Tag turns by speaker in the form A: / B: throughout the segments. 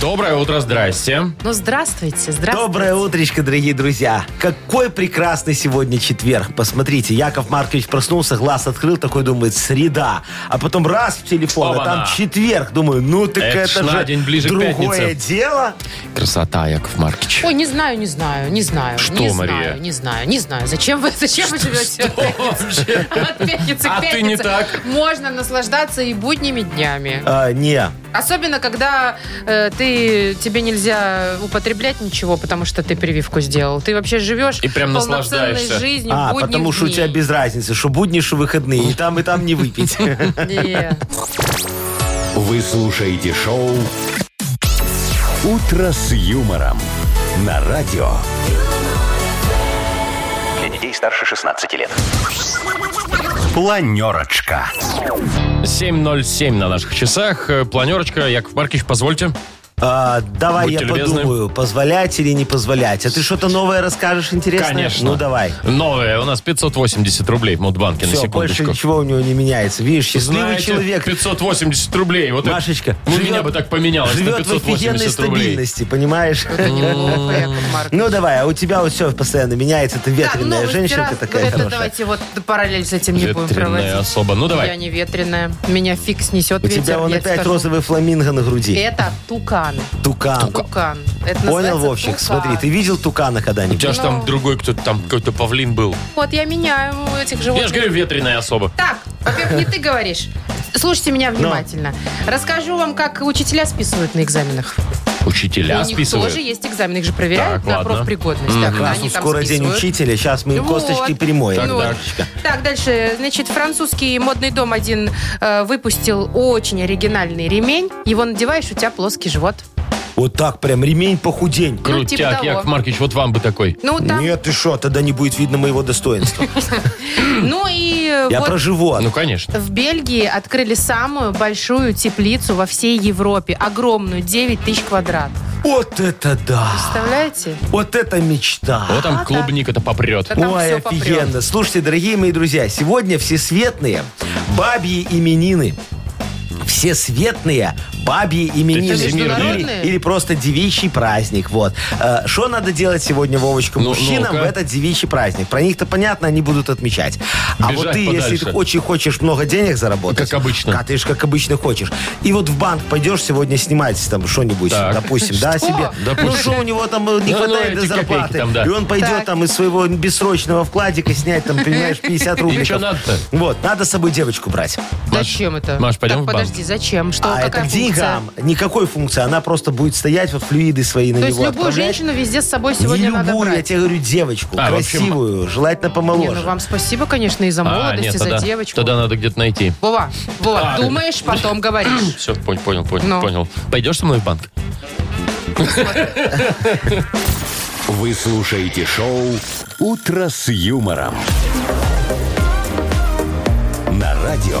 A: Доброе утро, здрасте.
B: Ну, здравствуйте, здравствуйте.
C: Доброе утречко, дорогие друзья. Какой прекрасный сегодня четверг. Посмотрите, Яков Маркович проснулся, глаз открыл, такой думает, среда. А потом раз в телефон, а
A: Опа-на.
C: там четверг. Думаю, ну так
A: Это
C: это,
A: ж на
C: же
A: день ближе к
C: другое
A: пятнице.
C: дело.
A: Красота, Яков Маркич.
B: Ой, не знаю, не знаю, не знаю.
A: Что,
B: не
A: Мария?
B: Знаю, не знаю, не знаю. Зачем вы, зачем вы живете? от пятницы? От пятницы к
A: А ты
B: пятнице
A: не так.
B: Можно наслаждаться и будними днями.
C: А, не,
B: Особенно, когда э, ты, тебе нельзя употреблять ничего, потому что ты прививку сделал. Ты вообще живешь
A: И прям
B: полноценной
A: наслаждаешься.
B: жизнью
C: а,
B: будних
C: потому что у
B: дней.
C: тебя без разницы, что будни, что выходные. И там, и там не выпить.
B: Нет.
D: Вы слушаете шоу «Утро с юмором» на радио. Для детей старше 16 лет. Планерочка.
A: 7.07 на наших часах. Э, Планерочка, Яков Маркич, позвольте.
C: А, давай
A: Будьте
C: я
A: любезны.
C: подумаю, позволять или не позволять. А ты что-то новое расскажешь интересное?
A: Конечно.
C: Ну давай.
A: Новое. У нас 580 рублей в Мудбанке на
C: Все, больше
A: секундочку.
C: ничего у него не меняется. Видишь, счастливый
A: Знаете,
C: человек.
A: 580 рублей. Вот это-
C: Машечка,
A: ну,
C: живет-
A: меня бы так поменялось на
C: Живет в
A: 580
C: офигенной
A: рублей.
C: стабильности, понимаешь?
B: Это неловко, Яков Маркович.
C: Ну давай, а у тебя вот все постоянно меняется, ты
B: Так, ну,
C: ветреная женщина,
B: стирас-
C: ты такая
B: это
C: хорошая.
B: давайте вот параллель с этим не будем
A: Ветреная
B: проводить.
A: особа. Ну,
B: Я
A: давай.
B: не ветреная. Меня фиг снесет
C: У
B: ветер,
C: тебя он
B: я
C: опять
B: скажу.
C: розовый фламинго на груди.
B: Это тукан.
C: Тукан.
B: Тукан. Это
C: Понял,
B: называется
C: Вовчик,
B: тукан.
C: смотри, ты видел тукана
A: У
C: когда-нибудь?
A: тебя же там другой кто-то, там какой-то павлин был.
B: Вот я меняю у
A: Я
B: этих
A: же
B: животных.
A: говорю, ветреная особа.
B: Так, во-первых, не ты говоришь. Слушайте меня внимательно. Расскажу вам, как учителя списывают на экзаменах.
A: Учителя
B: у них тоже
A: списывают.
B: есть экзамены, их же проверяют
A: Так,
B: на
A: ладно.
B: профпригодность. Так,
C: Класс,
B: они
C: ну,
B: там
C: скоро день
B: списывают.
C: учителя, сейчас мы им
B: Вот.
C: косточки перемоем.
A: Так,
B: Ну,
A: так.
C: Машечка.
B: Так, дальше. Значит, французский модный дом один э, выпустил очень оригинальный ремень. Его надеваешь, у тебя плоский живот.
C: Вот так прям, ремень похудень.
B: Ну, типа
A: Крутяк,
B: того.
A: Яков Маркич, вот вам бы такой.
B: Ну, там,
C: Нет, ты что, тогда не будет видно моего достоинства.
B: ну и э,
C: Я
B: вот
C: про
A: Ну,
C: живот.
A: конечно.
B: в Бельгии открыли самую большую теплицу во всей Европе. Огромную, 9 тысяч квадратов.
C: Вот это да!
B: Представляете?
C: Вот это мечта!
A: Вот
B: А,
A: там клубника-то попрет.
B: Да там
C: Ой,
B: всё попрет.
C: офигенно. Слушайте, дорогие мои друзья, сегодня всесветные бабьи именины. Всесветные бабьи именины.
A: Это
B: международные?
C: Или, или просто девичий праздник. Вот. Э, Что надо делать сегодня, Вовочка,
A: Ну,
C: мужчинам
A: ну-ка.
C: в этот девичий праздник? Про них-то понятно, они будут отмечать. А
A: Бежать
C: вот ты,
A: подальше.
C: если ты очень хочешь много денег заработать...
A: Как обычно.
C: А ты же как обычно хочешь. И вот в банк пойдешь сегодня снимать там что-нибудь,
A: Так.
C: допустим, да, себе.
A: Допустим.
C: Ну что у него там э, не
A: Ну, ну,
C: хватает
A: эти
C: до
A: копейки
C: зарплаты.
A: там, да.
C: И он пойдет
B: Так.
C: там из своего бессрочного вкладика снять там, понимаешь, 50 рублей.
A: чё надо-то?
C: Вот, надо с собой девочку брать.
B: Зачем это?
A: Маш, пойдем
B: так,
A: в банк?
B: подожди, зачем? Что,
C: а
B: какая
C: это к
B: функция?
C: деньгам никакой функции. Она просто будет стоять, вот флюиды свои
B: То
C: на него
B: есть любую
C: отправлять.
B: женщину везде с собой
C: не
B: сегодня надо
C: любую,
B: брать.
C: я тебе говорю, девочку.
A: А, в общем-
C: красивую, желательно
B: Не,
C: помоложе.
B: ну вам спасибо, конечно, и за
A: А,
B: молодость,
A: нет,
B: и за
A: тогда,
B: девочку.
A: тогда надо где-то найти.
B: Вова, Вова,
A: А.
B: думаешь, потом говоришь.
A: Все, понял, понял, понял.
B: Ну.
A: понял. Пойдешь со мной в банк?
D: Вы слушаете шоу «Утро с юмором». На радио.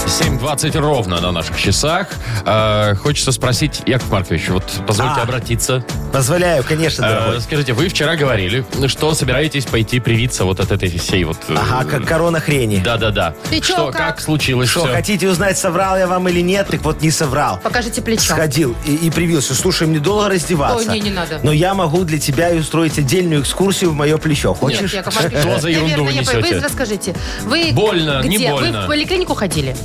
A: 7.20 ровно на наших часах. Э, хочется спросить, Яков Маркович, вот позвольте
C: А.
A: обратиться.
C: Позволяю, конечно,
A: Э,
C: дорогой.
A: скажите, вы вчера говорили, что собираетесь пойти привиться вот от этой всей вот... э,
C: Ага, как корона хрени.
A: Да-да-да.
B: Ты чё,
A: Что,
B: как?
A: как случилось
C: Что,
A: всё?
C: хотите узнать, соврал я вам или нет? Так вот, не соврал.
B: Покажите плечо.
C: Сходил и, и привился. Слушай, мне долго раздеваться.
B: Ой, не, не надо.
C: Но я могу для тебя и устроить отдельную экскурсию в мое плечо.
B: Нет,
C: Хочешь?
B: Яков Маркович,
A: Что за ерунду
B: наверное,
A: вы
B: я пой-
A: несете?
B: Вы расскажите. Вы
A: Больно, не
B: где?
A: больно.
B: Вы в поликлинику ходили?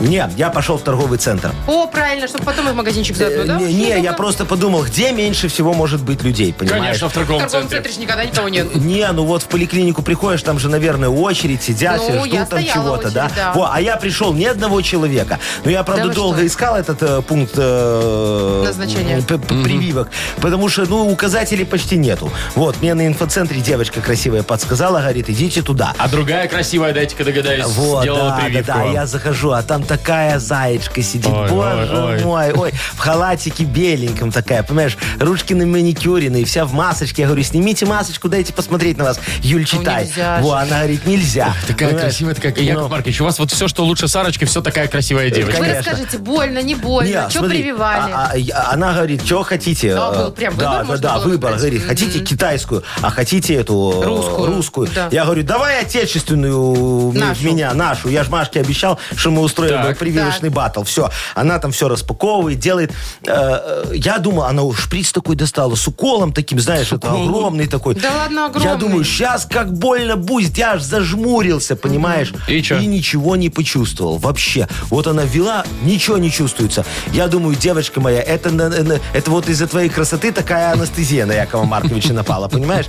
C: Нет, я пошел в торговый центр.
B: О, правильно, чтобы потом и в магазинчик заодно,
C: Э,
B: да?
C: не, не, я просто подумал, где меньше всего может быть людей, понимаешь?
A: Конечно, в
B: В
A: торговом
B: торговом
A: центре.
B: центре ж никогда никого нет.
C: Не, ну вот в поликлинику приходишь, там же, наверное, очередь, сидят,
B: Ну,
C: все
B: я
C: ждут там
B: стояла в
C: чего-то, да?
B: очереди, да.
C: Во, а я пришел ни одного человека. Но я, правда,
B: вы
C: долго
B: что?
C: искал этот э, пункт э,
B: Назначения.
C: п- п- прививок, потому что, ну, указателей почти нету. Вот, мне на инфоцентре девочка красивая подсказала, говорит, идите туда.
A: А другая красивая, дайте-ка догадаюсь,
C: Вот,
A: сделала
C: да, да,
A: прививку
C: да,
A: вам.
C: я захожу, а там такая заячка сидит.
A: Ой,
C: Боже
A: ой, ой.
C: мой, ой. В халатике беленьком такая, понимаешь? Ручки на маникюрины, и вся в масочке. Я говорю, снимите масочку, дайте посмотреть на вас. Юль, читай.
B: нельзя
C: Во,
B: же.
C: она говорит, нельзя.
A: Такая
C: Понимаешь?
A: красивая, такая...
C: Ну.
A: Яков Маркович, у вас вот все, что лучше Сарочки, все такая красивая девочка.
B: Вы
C: конечно.
B: расскажите, больно, не больно,
C: Нет,
B: что
C: смотри,
B: прививали?
C: а- а- я- она говорит, что хотите.
B: Да,
C: э,
B: был прям выбор,
C: да, да,
B: можно
C: да,
B: было
C: выбор.
B: выбрать.
C: Говорит,
B: Мгм.
C: хотите китайскую, а хотите эту э,
B: Русскую.
C: русскую.
B: Да.
C: Я говорю, давай отечественную м-
B: Нашу.
C: меня, нашу. Я же Машке обещал, что мы устроим
A: Так.
C: был прививочный батл. Все. Она там все распаковывает, делает. Э, э, Я думал, она уж шприц такой достала с уколом таким, знаешь, это огромный такой.
B: Да ладно, огромный.
C: Я думаю, сейчас как больно будет. Я аж зажмурился, понимаешь?
A: И чё?
C: И ничего не почувствовал вообще. Вот она ввела, ничего не чувствуется. Я думаю, девочка моя, это, на- на- это вот из-за твоей красоты такая анестезия на Якова Марковича напала, понимаешь?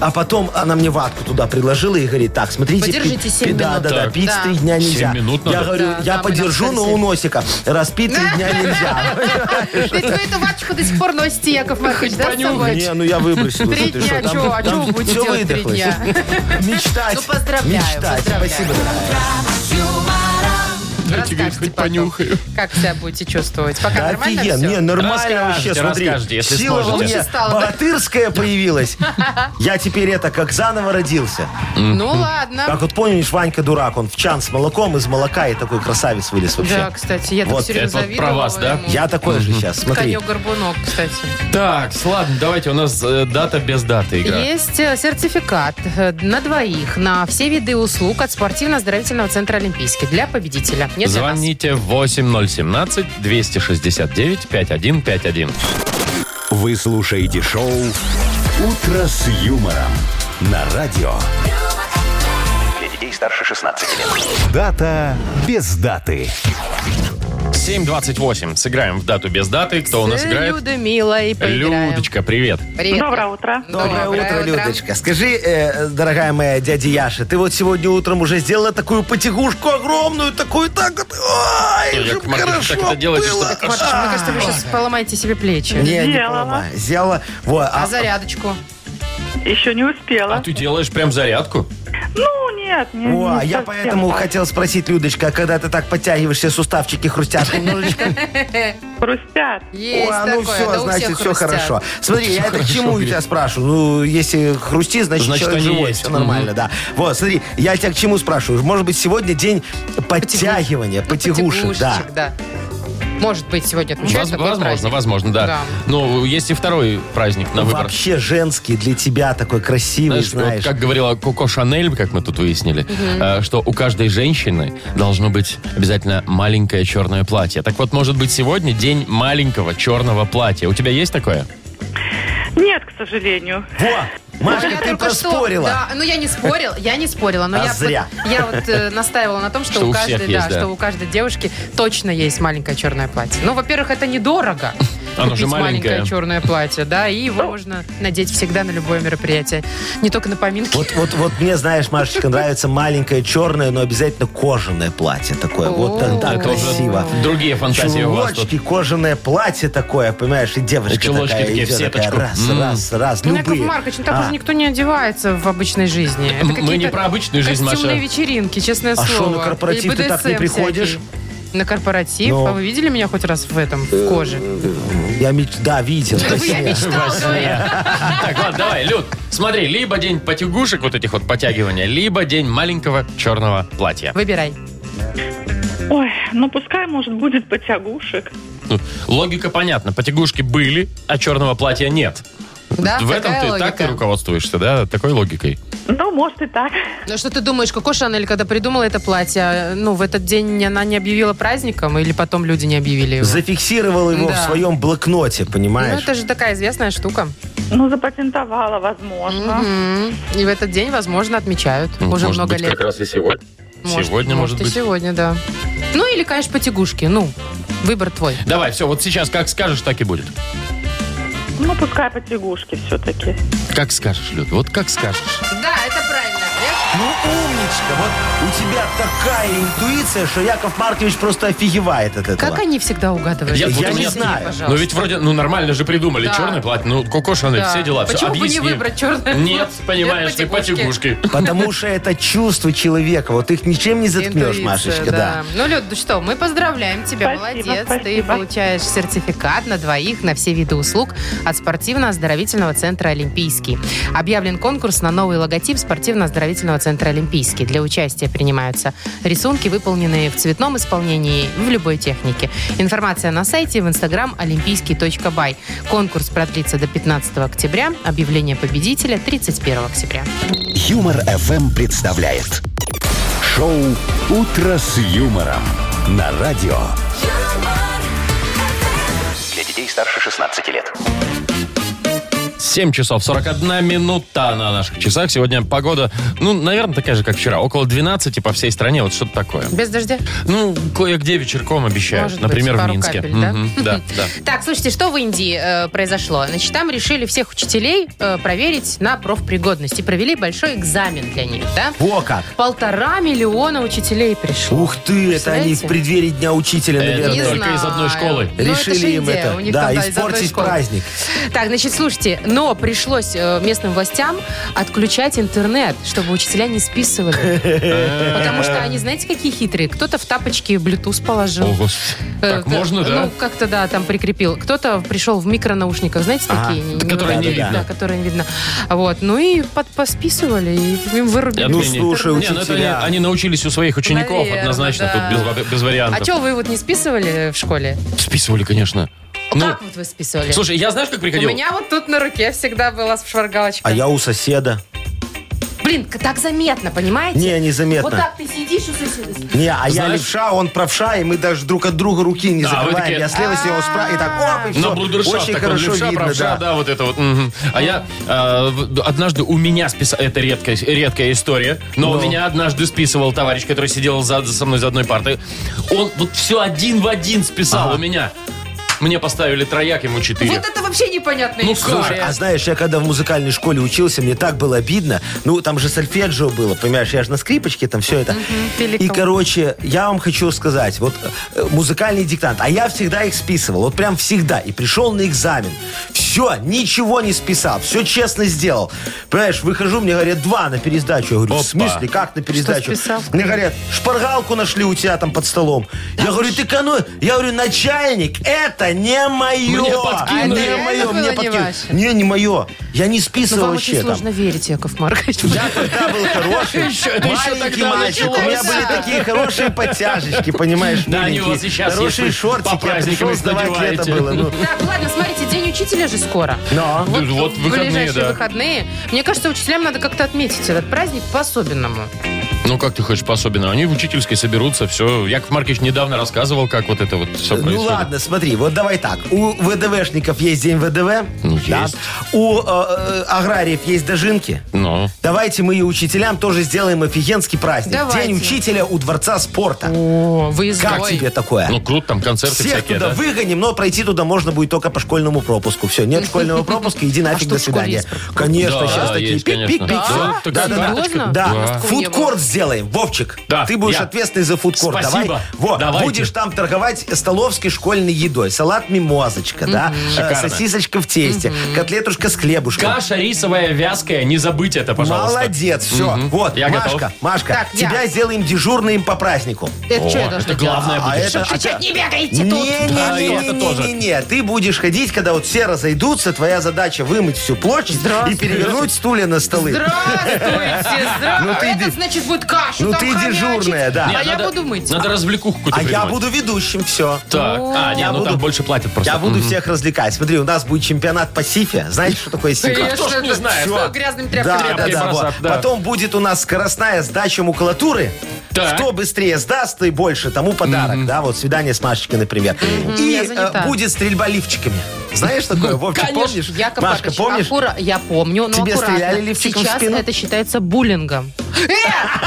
C: А потом она мне ватку туда приложила и говорит, так, смотрите,
B: Подержите
C: пить-
B: семь
C: да,
B: минут.
C: да, да,
A: Так.
C: пить
B: Да.
C: три дня
A: Семь
C: нельзя.
A: минут
C: Я
A: надо.
C: говорю,
B: Да,
C: я
B: да, мы
C: подержу,
B: нас
C: но у
B: просили.
C: носика. Распить три дня нельзя. э,
B: Ведь вы эту ваточку до сих пор носите, Яков Маркович, да, с собой?
C: Не, ну я выбросил.
B: Три
C: Ты
B: дня,
C: что, там-
B: чё, а
C: там
B: чё вы будете
C: всё
B: делать три
C: выдохлось.
B: дня?
C: Мечтать.
B: Ну, поздравляю,
C: Мечтать.
B: поздравляю.
C: Спасибо.
A: Дайте, говорит,
B: Расскажете
A: хоть
B: потом,
A: понюхаю.
B: Как себя будете чувствовать? Пока
C: Да
B: нормально
C: офиген.
B: все?
C: Не, нормально
A: Расскажете,
C: вообще, смотри.
A: расскажете, если
C: сила во
A: сможете.
C: мне
B: Лучше стало, да?
C: богатырская появилась. Я теперь это, как заново родился.
B: Ну ладно.
C: Как вот помнишь, Ванька дурак, он в чан с молоком из молока и такой красавец вылез
B: Да,
C: вообще.
B: кстати, я так
C: Вот,
B: все время
A: это вот про
B: завидовала
A: вас, да?
B: ему.
C: Я такой же сейчас, смотри.
B: Конек-горбунок, кстати.
A: Так, ладно, давайте, у нас э, дата без даты игра.
B: Есть э, сертификат э, на двоих на все виды услуг от спортивно-оздоровительного центра «Олимпийский» для победителя. Не для нас.
A: Звоните 8017-269-5151.
D: Вы слушаете шоу «Утро с юмором» на радио. Для детей старше 16 лет. Дата без даты.
A: 7.28. Сыграем в дату без даты. Кто у нас
B: С
A: играет?
B: Людмилой поиграем.
A: Людочка, привет.
B: Привет.
E: Доброе утро.
C: Ну, Доброе, утро, Людочка. Скажи, э, дорогая моя дядя Яша, ты вот сегодня утром уже сделала такую потягушку огромную, такую так вот. Ой,
A: Яков
C: как
A: Маркович,
C: хорошо
A: так это делаете,
C: было. А,
A: чтобы-
B: Маркович, мне кажется, вы сейчас поломаете себе плечи.
C: Не, не
E: Сделала.
C: поломаю. Сделала. Вот,
B: А
C: а-
B: зарядочку?
E: Еще не
A: А
E: успела.
A: ты делаешь прям зарядку?
E: Ну, нет, не,
C: О,
E: не
C: а я
E: совсем
C: поэтому
E: так.
C: хотел спросить, Людочка, а когда ты так подтягиваешься, суставчики хрустят немножечко?
E: Хрустят.
B: Есть
C: О,
B: такое,
C: ну все,
B: да у
C: значит,
B: всех
C: все
B: хрустят.
C: хорошо. Смотри, я это к чему тебя спрашиваю? Ну, если хрусти, значит,
A: Значит,
C: человек
A: они
C: живой,
A: есть.
C: все нормально, да. Вот, смотри, я тебя к чему спрашиваю? Может быть, сегодня день подтягивания,
B: Ну,
C: потягушек, да.
B: потягушек, да. Может быть, сегодня
A: Воз-
B: отмечается такой
A: возможно,
B: праздник.
A: возможно, да.
B: Да.
A: Ну, есть и второй праздник на выбор.
C: Вообще женский для тебя такой красивый,
A: Знаешь, вот
C: знаешь.
A: как говорила Коко Шанель, как мы тут выяснили, э, что у каждой женщины должно быть обязательно маленькое черное платье. Так вот, может быть, сегодня день маленького черного платья. У тебя есть такое?
E: Нет, к сожалению.
C: Во,
B: Ой,
C: Машка,
B: я
C: ты
B: только что-
C: проспорила.
B: да, ну я не спорила, я не спорила, но
C: А
B: я
C: зря.
B: вот, я вот э, настаивала на том, что,
A: Что у
B: у
A: всех
B: каждой, да,
A: есть, да.
B: что у каждой девушки точно есть маленькое черное платье. Ну, во-первых, это недорого.
A: Оно
B: купить
A: же маленькое.
B: маленькое черное платье, да, и
C: Ну.
B: его можно надеть всегда на любое мероприятие, не только на поминки.
C: Вот, вот, вот мне, знаешь, Машечка, нравится маленькое черное, но обязательно кожаное платье такое. Вот так, так
B: Это уже
C: красиво.
A: Другие фантазии у вас тут.
C: Чулочки, кожаное платье такое, понимаешь, и девочка
A: Чулочки
C: такая,
A: такие в
C: идет, такая,
A: сеточку.
C: раз,
A: М.
C: раз, раз,
B: Ну, Яков
C: любые.
B: Маркович, ну так
C: А,
B: уже никто не одевается в обычной жизни. Это
A: Мы не
B: какие-то
A: про обычную жизнь, Маша.
B: костюмные вечеринки, честное
C: А что,
B: слово.
C: на корпоратив
B: Или
C: ты так не
B: BDSM
C: приходишь?
B: всякий. На корпоратив?
C: Ну.
B: А вы видели меня хоть раз в этом, в коже?
C: Я меч... Да, видел.
B: Вы, я мечтала, говорю.
A: Так, ладно, давай, Люд, смотри, либо день потягушек, вот этих вот потягивания, либо день маленького черного платья.
B: Выбирай.
E: Ой, ну пускай, может, будет потягушек.
A: Ну, Логика понятна, потягушки были, а черного платья нет.
B: Да,
A: В этом
B: такая
A: ты
B: логика.
A: так и руководствуешься, да, такой логикой.
E: Ну, может и так.
B: Ну что ты думаешь, Коко Шанель, когда придумала это платье, ну в этот день она не объявила праздником или потом люди не объявили его?
C: Зафиксировал его в
B: Да.
C: своем блокноте,
B: Ну
C: понимаешь?
B: это же такая известная штука.
E: Ну, запатентовала, возможно.
B: Мгм. И в этот день, возможно, отмечают уже
A: Может
B: много
A: быть,
B: лет.
A: как раз и сегодня. сегодня, может,
B: и
A: быть.
B: сегодня, да. Ну или, конечно, потягушки. Ну, выбор твой.
A: Давай, все, вот сейчас как скажешь, так и будет.
E: Ну, пускай потягушки все-таки.
A: Как скажешь, Люд, вот как скажешь.
B: Да, это правильно.
C: Ну, умничка. Вот у тебя такая интуиция, что Яков Маркович просто офигевает от этого.
B: Как они всегда угадывают?
A: Я-
B: Объясни,
A: вот у меня-
B: пожалуйста.
A: Ну ведь вроде, ну нормально же придумали,
B: Да.
A: черное платье, ну Коко Шанель,
B: Да.
A: все дела, всё,
B: Почему бы не
A: объясни.
B: выбрать чёрное
A: Нет,
B: платье?
A: понимаешь,
B: Нет,
A: ты
B: потягушки.
A: потягушки.
C: Потому что это чувство человека. Вот их ничем не заткнешь,
B: Интуиция,
C: Машечка, да.
B: Ну, Лед, ну что, мы поздравляем тебя,
E: Спасибо,
B: молодец. Ты
E: спасибо.
B: получаешь сертификат на двоих на все виды услуг от спортивно-оздоровительного центра «Олимпийский». Объявлен конкурс на новый логотип спортивно-оздоровительного центра «Олимпийский». Для участия принимаются рисунки, выполненные в цветном исполнении в любой технике. Информация на сайте и в инстаграм олимпийский.бай. Конкурс продлится до 15 октября. Объявление победителя 31 октября.
D: Юмор FM представляет шоу Утро с юмором на радио. Для детей старше 16 лет.
A: 7 часов 41 минута на наших часах. Сегодня погода, ну, наверное, такая же, как вчера. Около 12 по всей стране, вот что-то такое.
B: Без дождя?
A: Ну, кое-где вечерком обещают.
B: Может быть,
A: Например, в
B: пару
A: Минске.
B: капель, да?
A: Мгм, да, да.
B: Так, слушайте, что в Индии э, произошло? Значит, там решили всех учителей э, проверить на профпригодность и провели большой экзамен для них, да?
C: Во как.
B: Полтора миллиона учителей пришло.
C: Ух ты, это они в
B: Представляете?
C: преддверии Дня Учителя,
A: Это
C: наверное.
A: только из одной школы.
B: Ну, это
C: Решили
B: же
C: им
B: Индия,
C: это.
B: у них
C: да,
B: там, из одной
C: испортить
B: школы.
C: праздник.
B: Так, значит, слушайте, но пришлось э, местным властям отключать интернет, чтобы учителя не списывали. Потому что они, знаете, какие хитрые? Кто-то в тапочки Bluetooth положил.
A: О, господи.
B: Э,
A: Так можно, да?
B: Ну, как-то, да, там прикрепил. Кто-то пришел в микронаушниках, знаете,
C: Ага.
B: такие? не-
A: Которые
C: не
B: Да,
C: видно.
B: которые не видно. Вот. Ну и под, посписывали, и им вырубили. А
A: Я
C: Ну,
A: думаю, не- Не,
C: слушай,
A: ну это они,
C: учителя.
A: они научились у своих учеников
B: Наверное,
A: однозначно
B: да.
A: тут без, ва- без вариантов.
B: А что, вы вот не списывали в школе?
A: Списывали, конечно. Ну,
B: А как вот вы списывали?
A: слушай, я знаешь, как
B: У
A: приходил?
B: меня вот тут на руке всегда была шваргалочка.
C: А я у соседа.
B: Блин, к- так заметно, понимаете?
C: Не, незаметно.
B: Вот так ты сидишь у соседа.
C: Не, а я
A: Знаешь-
C: левша, он правша, и мы даже друг от друга руки не
A: А, вы
C: закрываем.
A: такие-
C: Я слева, с него справа, и так, оп, и все.
A: На блудершафт
C: Очень
A: такой,
C: хорошо
A: левша,
C: видно,
A: правша,
C: да.
A: да. вот это вот. мгм. А я э, в- однажды у меня списал, это редкая, редкая история, но,
C: Ну.
A: у меня однажды списывал товарищ, который сидел за, за- со мной за одной партой. Он вот все один в один списал у меня. Мне поставили трояк, ему четыре.
B: Вот это вообще непонятная
A: Ну,
C: Слушай,
B: история.
C: а знаешь, я когда в музыкальной школе учился, мне так было обидно. Ну, там же сольфеджио было, понимаешь, я же на скрипочке там все это.
B: пиликал.
C: И, короче, я вам хочу сказать, вот э, музыкальный диктант, а я всегда их списывал, вот прям всегда. И пришел на экзамен, все, ничего не списал, все честно сделал. Понимаешь, выхожу, мне говорят, два на пересдачу. Я говорю,
A: Опа.
C: в смысле, как на пересдачу?
B: списал?
C: Мне говорят, шпаргалку нашли у тебя там под столом. Я говорю, ты кому? Я говорю, начальник, это не мое.
A: Мне подкинули.
C: Не
B: А это
C: мое,
B: было
C: мне
B: не
C: подкинули.
B: ваше?
C: Не, не мое. Я не
B: Ну,
C: списывал
B: вам очень
C: вообще там.
B: сложно верить, Яков Маркович.
C: Я тогда был хороший,
A: Еще- это еще
C: маленький
A: тогда
C: мальчик. У меня
B: началось.
C: были такие хорошие подтяжечки, понимаешь,
A: Да, они у вас и
C: миленькие.
A: щас
C: Хорошие
A: есть, вы по
C: шортики. Я
A: праздникам
C: пришел
A: их
C: сдавать лето
A: надеваете.
C: было. ну.
B: Так, ладно, смотрите, день учителя же скоро.
C: Но.
A: Вот, вот выходные,
B: ближайшие
A: да.
B: выходные. Мне кажется, учителям надо как-то отметить этот праздник по-особенному.
A: Ну, как ты хочешь по-особенному? Они в учительской соберутся, все. Яков Маркович недавно рассказывал, как вот это вот все происходит.
C: Ну ладно, смотри, вот давай так. У ВДВшников есть день ВДВ.
A: Ну,
C: да.
A: есть.
C: У э, э, аграриев есть дожинки.
A: Ну.
C: Давайте мы и учителям тоже сделаем офигенский праздник.
B: Давайте.
C: День учителя у Дворца спорта.
B: О, выездной.
C: Как тебе такое?
A: Ну, круто, там концерты
C: Всех
A: всякие,
C: туда
A: да?
C: выгоним, но пройти туда можно будет только по школьному пропуску. Все, нет школьного пропуска, иди нафиг,
B: А что
C: до
B: в школе
C: свидания.
B: есть А?
A: Да,
C: Конечно, сейчас такие
A: есть, конечно.
C: пик-пик-пик.
A: Да?
C: всё.
A: Так
B: серьезно?
C: Да,
A: Да.
C: фудкорт сделаем. Вовчик,
A: Да,
C: ты будешь
A: я.
C: ответственный за фудкорт.
A: Спасибо.
C: Давай. Вот,
A: Давайте.
C: будешь там торговать столовской школьной едой. Салат мимозочка, да, э,
A: Шикарно.
C: сосисочка в тесте, котлетушка с хлебушком.
A: Каша рисовая вязкая, не забыть это, пожалуйста.
C: Молодец, все.
A: Мгм.
C: Вот,
A: Я
C: Машка,
A: готов.
C: Машка,
B: Так, я.
C: тебя сделаем дежурным по празднику.
B: Это
A: О,
B: что Э, я
A: это
B: должна делать?
A: главное
C: А
A: будет.
C: это-
B: Чтоб
C: а
B: кричать,
C: это-
B: не бегайте
C: не,
B: тут.
C: не,
A: Да, и
C: не,
A: это
C: не,
A: тоже.
C: не, не. Ты будешь ходить, когда вот все разойдутся, твоя задача вымыть всю площадь и
B: Здравствуй.
C: перевернуть стулья на столы.
B: Здравствуйте,
C: Ну ты
B: здравствуйте. Это
C: иди.
B: значит будет каша,
C: Ну
B: там
C: ты
B: хомячить.
C: дежурная, да.
A: Не,
B: А я
A: надо-
B: буду мыть.
A: Надо развлекуху какую-то
C: А я
A: придумать.
C: буду ведущим, все.
A: Так, а, не,
C: Я
A: ну там
C: буду-
A: больше платят просто.
C: Я буду
A: Мгм.
C: всех развлекать. Смотри, у нас будет чемпионат по сифе. Знаете, что такое сифа?
B: Конечно,
A: Кто ж не
B: это
A: знает?
B: всё
A: Всё.
B: грязными
C: Да,
B: тряпками.
C: да,
A: тряпки
C: да,
A: бросать,
C: вот.
A: да.
C: Потом будет у нас скоростная сдача макулатуры.
A: Так.
C: Кто быстрее сдаст, и больше, тому подарок. Да, вот свидание с Машечкой, например. И
B: Я
C: э,
B: занята. Ну,
C: будет стрельба лифчиками. Знаешь такое, Вовчик,
A: конечно.
C: помнишь?
B: Яков
C: Машка,
B: Маркович, а
C: помнишь?
B: аккура- Я помню, но
C: Тебе
B: аккуратно.
C: стреляли лифчиком в
B: Сейчас
C: спину?
B: это считается буллингом. Э!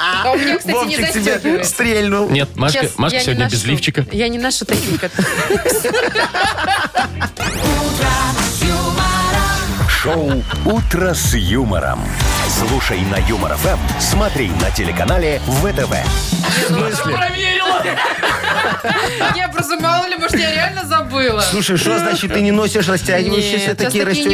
B: А у меня, кстати, не
C: Вовчик тебе
B: застегивает.
C: стрельнул.
A: Нет, Машка,
B: Сейчас
A: Машка
B: я не
A: сегодня
B: ношу-
A: без лифчика.
B: Я не ношу таких.
D: Шоу Шоу «Утро с юмором». Слушай на Юмор ФМ, смотри на телеканале ВТВ.
A: Проверила!
B: Я просто мало ли, может, я реально забыла.
C: Слушай, что значит ты не носишь растягивающиеся
B: Нет, сейчас
C: такие
B: никто уже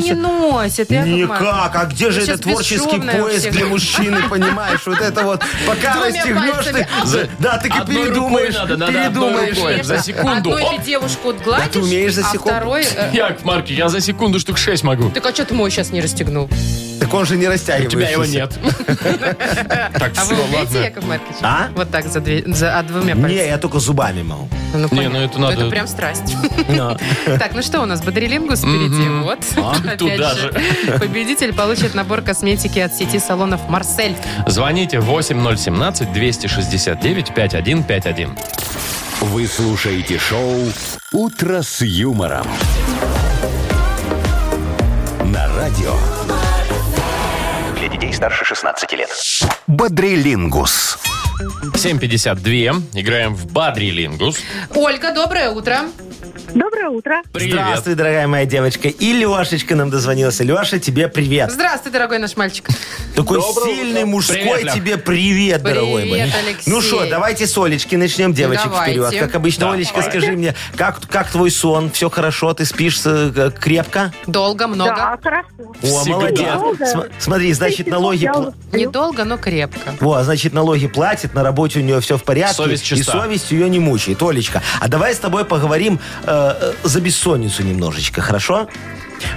B: не
C: расстегивающиеся?
B: носит. Яков
C: Никак, а
B: Маркович.
C: где же
B: Вы
C: этот
B: сейчас
C: творческий
B: бесшовная
C: пояс
B: вообще.
C: для мужчины, понимаешь? Вот это вот, пока
B: Двумя
C: расстегнешь, ты...
B: пальцами.
C: за- Да, ты
A: Одной рукой
C: передумаешь,
A: надо, надо одной рукой.
C: передумаешь.
A: За секунду.
B: Одной
A: Оп.
B: ты девушку отгладишь,
C: Да ты умеешь за
B: а
C: секунду.
B: второй... э,
A: Яков Марки, я за секунду штук 6 могу.
B: Так а что ты мой сейчас не расстегнул?
C: Так он же не
A: У тебя его
C: растягивающийся.
A: нет. Так,
B: А
A: все,
B: вы умеете,
A: ладно.
B: Яков Маркович?
C: А?
B: Вот так за, две- за а, двумя
C: Не,
B: пальцами.
C: я только зубами могу.
B: Ну,
A: Не,
B: понятно.
A: ну это надо-
B: Это прям страсть.
C: Но.
B: Так, ну что у нас, бодрилингус впереди,
A: Мгм.
B: вот.
A: А,
B: Опять
A: туда
B: Победитель получит набор косметики от сети салонов «Марсель».
A: Звоните 8017-269-5151.
D: Вы слушаете шоу «Утро с юмором». На радио. Для детей старше 16 лет. Бодрилингус.
A: 7.52. Играем в Бадрилингус.
B: Ольга, доброе утро.
E: Доброе утро.
A: Привет.
C: Здравствуй, дорогая моя девочка. И Лешечка нам дозвонился. Леша, тебе привет.
B: Здравствуй, дорогой наш мальчик.
C: Такой сильный мужской
A: Привет, Лёх.
C: тебе привет, дорогой мой.
B: Привет, Алексей.
C: Ну что, давайте с Олечки начнем, девочек,
B: Давайте.
C: вперед. Как обычно, Олечка, скажи мне, как, как твой сон? Все хорошо? Ты спишь э, крепко?
B: Долго, много.
E: Да, хорошо.
C: О,
A: Всегда.
E: Долго.
C: молодец. См- смотри, значит, налоги...
E: Я
C: пла-
E: уже встаю.
B: Недолго, но крепко.
C: Во, а значит, налоги платит, на работе у нее все в порядке.
A: Совесть
C: и
A: чиста.
C: совесть ее не мучает. Олечка, а давай с тобой поговорим э, э, за бессонницу немножечко, хорошо?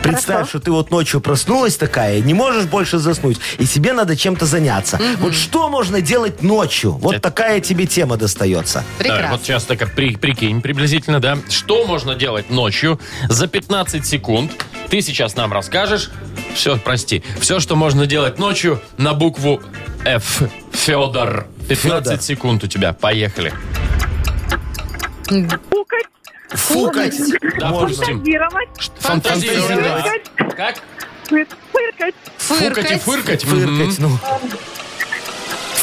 C: Представь, что ты вот ночью проснулась такая, не можешь больше заснуть, и тебе надо чем-то заняться. Вот что можно делать ночью? Вот
A: Это-
C: такая тебе тема достается.
A: Давай, вот
B: Прекрасно.
A: сейчас так при- прикинь приблизительно, да. Что можно делать ночью за 15 секунд? Ты сейчас нам расскажешь. Все, прости. Все, что можно делать ночью на букву F. Федор. 15
C: Фёдор.
A: секунд у тебя. Поехали.
E: Пукать,
C: Фукать можно.
A: Допустим.
E: позировать,
A: Ш- Фантазируй.
C: Фантазировать.
A: да. Как?
E: пы- пыркать,
A: Фукать и фыркать? Мгм.
C: Фыркать, ну.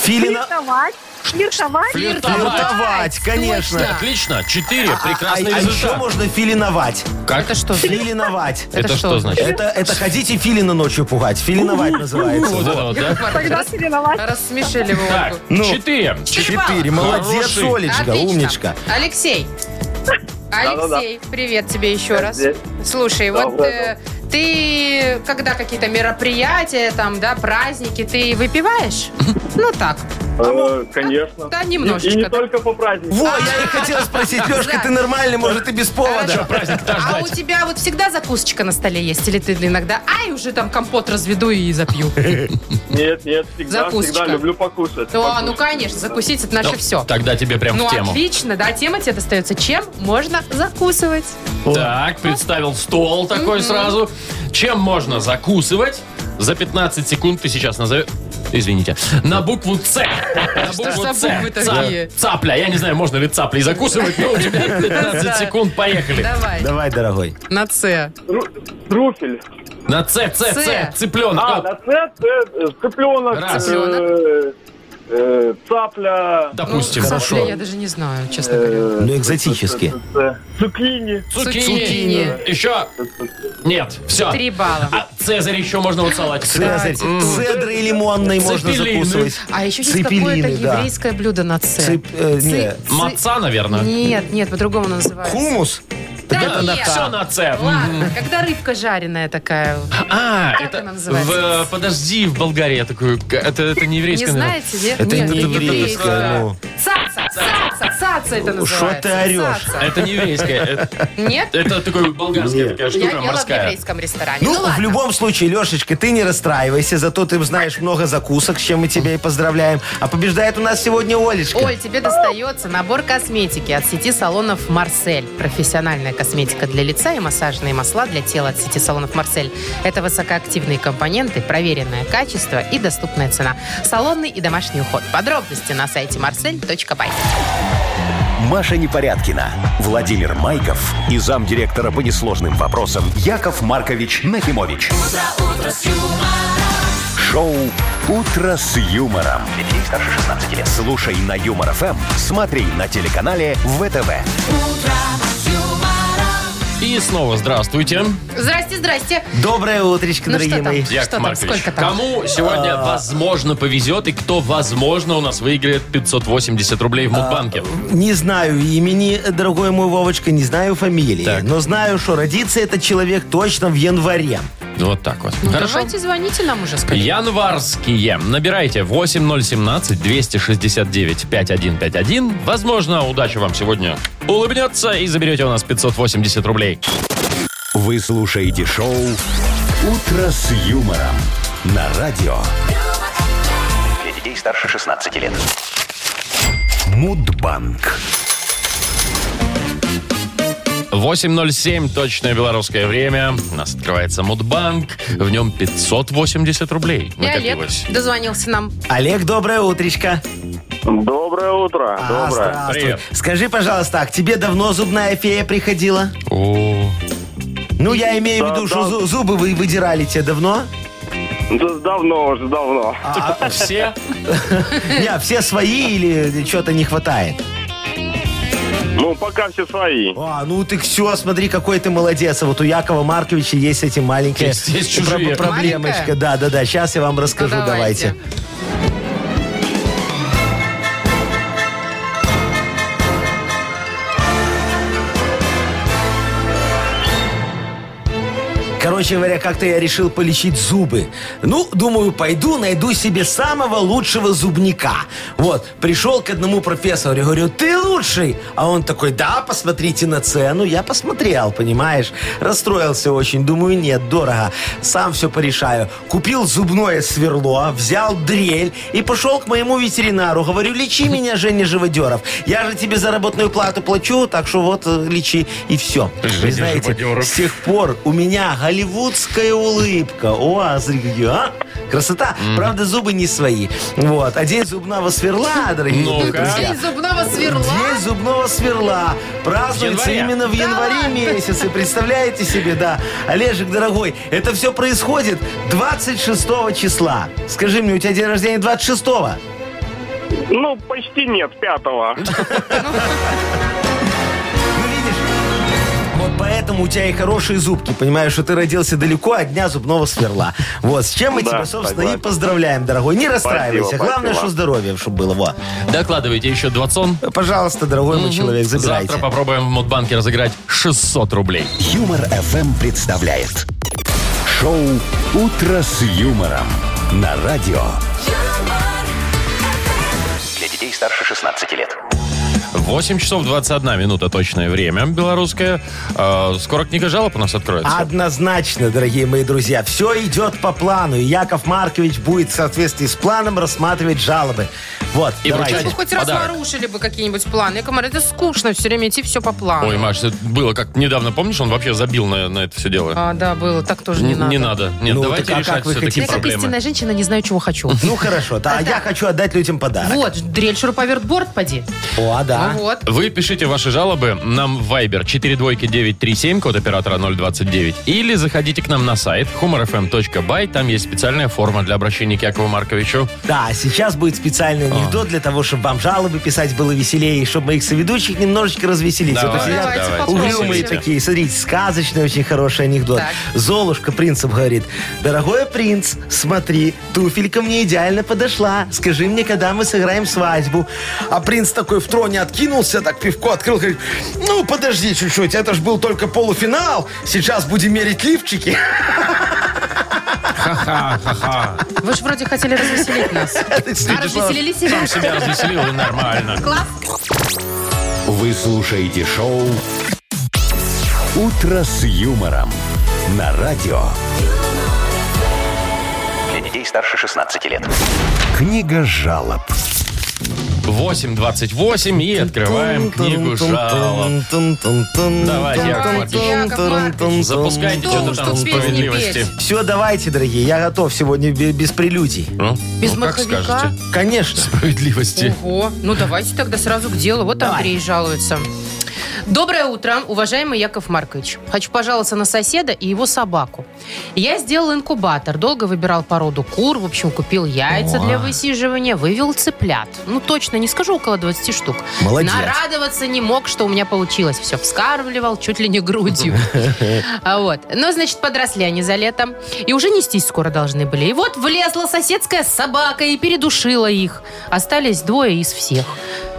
C: Филина...
E: флиртовать, флиртовать,
A: Флиртовать.
C: Флиртовать, конечно.
B: Точно.
A: Отлично. Четыре.
C: А- а-
A: Прекрасный
C: а еще
A: результат.
C: можно филиновать.
A: Как?
B: Это что?
C: Филиновать.
A: Это
B: Это
A: что
B: что?
A: значит?
C: Это, это ходите филина ночью пугать. Филиновать называется.
A: Вот это
C: Вот.
A: вот, да?
B: Яков Маркович,
E: тогда
B: рас-
E: флиртовать.
B: Рассмешили вы
A: Так,
B: Ольгу.
C: Ну.
A: четыре.
C: Четыре. Молодец,
A: Хороший.
C: Олечка,
B: Отлично.
C: умничка.
B: Алексей. Алексей, привет тебе еще раз.
F: здесь.
B: Слушай, вот э, ты, когда какие-то мероприятия, там, да, праздники, ты выпиваешь? Ну так,
F: Э, Конечно.
B: а да,
F: И- И не
B: немножечко. да.
F: только по праздникам.
C: Во, я и хотел спросить, Лешка, ты нормальный, может, и без повода.
A: Праздник-то
B: А у
A: ждать.
B: тебя вот всегда закусочка на столе есть? Или ты иногда, ай, уже там компот разведу и запью?
F: Нет, нет, всегда,
B: Закусочка.
F: всегда люблю покушать.
B: Да,
F: Покушать.
B: ну, конечно, закусить это наше
A: Ну,
B: все.
A: Тогда тебе прям
B: Ну,
A: в тему.
B: отлично, да, тема тебе достается. Чем можно закусывать?
A: Так, представил стол такой сразу. Чем можно закусывать? За 15 секунд ты сейчас назовешь... Извините. На букву С. На
B: ж за
A: «Ц».
B: буквы
A: Ца-
B: такие?
A: Цапля. Я не знаю, можно ли цаплей закусывать, но у тебя 15 секунд. Поехали.
B: Давай,
C: Давай, дорогой.
B: на С.
F: Тру- Трюфель.
A: На С, С, С.
B: Ц.
F: А,
A: Цыпленок.
F: да, це- це, э, цыпленок.
A: Раз.
F: э, э, Цапля.
A: Допустим.
C: Ну,
B: Саша,
C: Хорошо.
B: я даже не знаю, честно говоря.
F: э,
C: Ну, экзотически.
F: э, Цукини.
B: Цукини.
A: Еще? Нет. Все.
B: Три балла.
A: А Цезарь еще можно вот салатик.
C: Цезарь.
B: М.
C: Цедры и лимонной можно
A: Цепелины.
C: закусывать.
B: А еще есть
C: Цепелины,
B: какое-то
C: да.
B: еврейское блюдо на С.
C: Цеп- э,
B: Цы-
C: не.
B: цы-
A: Маца, наверное.
B: Нет, нет, по-другому оно называется.
C: Хумус?
B: Да
A: Да,
B: нет.
A: все на С.
B: Ладно, когда рыбка жареная такая.
A: А,
B: Как
A: это
B: она называется?
A: в, э, подожди, в Болгарии я такую, к- это, это не
B: Не
A: еврейское. наверное.
B: знаете, нет?
C: Это
B: Нет,
C: не
B: не
C: еврейское. ну.
B: Цаца, цаца, цаца это
C: Ну, шо
B: называется.
C: ты орешь?
B: Цаца.
A: Это не еврейское. Это,
B: Нет?
A: это такой болгарская такая
B: Я
A: штука
B: ела в
A: морская.
B: еврейском ресторане.
C: Ну,
B: Ну,
C: в
B: ладно.
C: любом случае, Лешечка, ты не расстраивайся, зато ты знаешь много закусок, с чем мы тебя и поздравляем. А побеждает у нас сегодня Олечка.
B: Оль, тебе достается набор косметики от сети салонов «Марсель». Профессиональная косметика для лица и массажные масла для тела от сети салонов «Марсель». Это высокоактивные компоненты, проверенное качество и доступная цена. Салонный и домашний уход. Подробности на сайте marsel.by.
D: Маша Непорядкина, Владимир Майков и замдиректора по несложным вопросам Яков Маркович Нахимович. Шоу Утро с юмором. Детей старше 16 лет. Слушай на юмор ФМ, смотри на телеканале ВТВ.
A: И И снова здравствуйте.
B: Здрасте, здрасте.
C: Доброе утречко,
B: Ну,
C: дорогие
B: что там?
C: мои.
A: Яков
B: Что там,
A: Маркович,
B: сколько там?
A: кому сегодня, возможно, повезет, и кто, возможно, у нас выиграет 580 рублей в Мудбанке?
C: Не знаю имени, э, дорогой мой Вовочка, не знаю фамилии.
A: Так.
C: Но знаю, что родится этот человек точно в январе.
A: Вот так вот.
B: Ну,
A: Хорошо.
B: давайте звоните нам уже скорее.
A: Январские. Набирайте 8017-269-5151. Возможно, удача вам сегодня улыбнется и заберете у нас 580 рублей.
D: Вы слушаете шоу «Утро с юмором» на радио. Для детей старше 16 лет. Мудбанк.
A: 8.07, точное белорусское время. У нас открывается Мудбанк. В нем 580 рублей
B: И Олег
A: накопилось.
B: дозвонился нам.
C: Олег, доброе утречко.
F: Доброе утро.
C: А,
F: Доброе.
C: здравствуй.
A: Привет.
C: Скажи, пожалуйста, так, тебе давно зубная фея приходила?
A: О,
C: Ну, я имею в
F: Да,
C: виду,
F: да.
C: что зу- зубы вы выдирали тебе давно?
F: Да давно уже, давно.
C: А,
A: Все?
C: не, а все свои или что-то не хватает?
F: Ну, пока все свои.
C: А, ну ты все, смотри, какой ты молодец. А вот у Якова Марковича есть эти маленькие
A: Есть- есть чужие.
C: проблемочка.
B: Маленькая?
C: Да, да, да. Сейчас я вам расскажу,
B: Ну,
C: давайте. Короче говоря, как-то я решил полечить зубы. Ну, думаю, пойду, найду себе самого лучшего зубника. Вот, пришел к одному профессору, я говорю, ты лучший? А он такой, да, посмотрите на цену. Я посмотрел, понимаешь? Расстроился очень, думаю, нет, дорого. Сам все порешаю. Купил зубное сверло, взял дрель и пошел к моему ветеринару. Говорю, лечи меня, Женя Живодеров. Я же тебе заработную плату плачу, так что вот, э, лечи, и все. Вы
A: Женя
C: знаете,
A: Живодеров.
C: с тех пор у меня голливудская улыбка. О, смотри, какие, а? Красота. Правда, зубы не свои. Вот. А день зубного сверла, дорогие
A: Ну-ка.
C: друзья.
B: День зубного сверла.
C: День зубного сверла празднуется
A: Января.
C: именно в январе месяце. Представляете себе, да? Олежек, дорогой, это все происходит 26 числа. Скажи мне, у тебя день рождения 26
F: Ну, почти нет, пятого.
C: Ну, видишь? Вот поэтому у тебя и хорошие зубки. Понимаешь, что ты родился далеко от дня зубного сверла. Вот, с чем мы
F: Да,
C: тебя, собственно,
F: согласен.
C: и поздравляем, дорогой. Не расстраивайся.
F: Спасибо,
C: Главное,
F: спасибо.
C: что здоровье, чтобы было. Во.
A: Докладывайте еще 20
C: Пожалуйста, дорогой мой человек, забирайте.
A: Завтра попробуем в Мудбанке разыграть 600 рублей.
D: Юмор FM представляет шоу Утро с юмором на радио. Для детей старше 16 лет.
A: 8 часов 21 минута точное время белорусское. Э, Скоро книга жалоб у нас откроется.
C: А, Однозначно, дорогие мои друзья, все идет по плану. И Яков Маркович будет в соответствии с планом рассматривать жалобы. Вот,
A: И
C: давайте.
A: вручать.
B: Ну, хоть раз
A: Подарок.
B: нарушили бы какие-нибудь планы. Я говорю, это скучно все время идти все по плану.
A: Ой, Маш, это было как недавно, помнишь, он вообще забил на, на это все дело.
B: А, да, было. Так тоже не,
A: Н-
B: надо.
A: Не надо. Нет,
C: Ну,
A: давайте
C: так а как
A: решать
C: вы
A: все-таки
C: хотите?
B: Я как
A: проблемы.
B: истинная женщина не знаю, чего хочу.
C: Ну хорошо, да, а я хочу отдать людям подарок.
B: Вот, дрель, шуруповерт, борт, поди.
C: О, да.
B: Ну Вот.
A: Вы пишите ваши жалобы нам в Viber 42937, код оператора 029, или заходите к нам на сайт humorfm.by, там есть специальная форма для обращения к Якову Марковичу.
C: Да, сейчас будет специальный анекдот для того, чтобы вам жалобы писать было веселее, и чтобы моих соведущих немножечко развеселить.
A: Давай,
C: Вот сидят
B: давайте,
C: угрюмые
B: попробуйте.
C: такие, смотрите, сказочный очень хороший анекдот.
B: Так.
C: Золушка принцем говорит, дорогой принц, смотри, туфелька мне идеально подошла, скажи мне, когда мы сыграем свадьбу. А принц такой в троне откинулся, так пивко открыл, говорит, ну подожди чуть-чуть, это же был только полуфинал, сейчас будем мерить лифчики.
B: Вы же вроде хотели развеселить нас. А развеселились и
A: Сам
B: вы.
A: себя развеселил, и нормально.
B: Класс.
D: Вы слушаете шоу Утро с юмором на радио. Для детей старше 16 лет. Книга жалоб.
A: 8.28 и открываем книгу жалоб. Давайте, Яков Маркович.
B: Яков Маркович.
A: Запускайте что-то там
B: Что уж тут песни
A: справедливости.
B: петь.
C: Все, давайте, дорогие, я готов сегодня бе- без прелюдий.
A: Ну,
B: Без
A: ну, как
B: маховика?
A: скажете.
C: Конечно.
A: Справедливости.
B: Ого. Ну, давайте тогда сразу к делу. Вот
C: Давай.
B: Андрей жалуется. Доброе утро, уважаемый Яков Маркович. Хочу пожаловаться на соседа и его собаку. Я сделал инкубатор, долго выбирал породу кур, в общем, купил яйца для высиживания, вывел цыплят. Ну, точно, не скажу, около 20 штук.
C: Молодец.
B: Нарадоваться не мог, что у меня получилось. Все вскармливал, чуть ли не грудью. А Вот. Ну, значит, подросли они за летом. И уже нестись скоро должны были. И вот влезла соседская собака и передушила их. Остались двое из всех.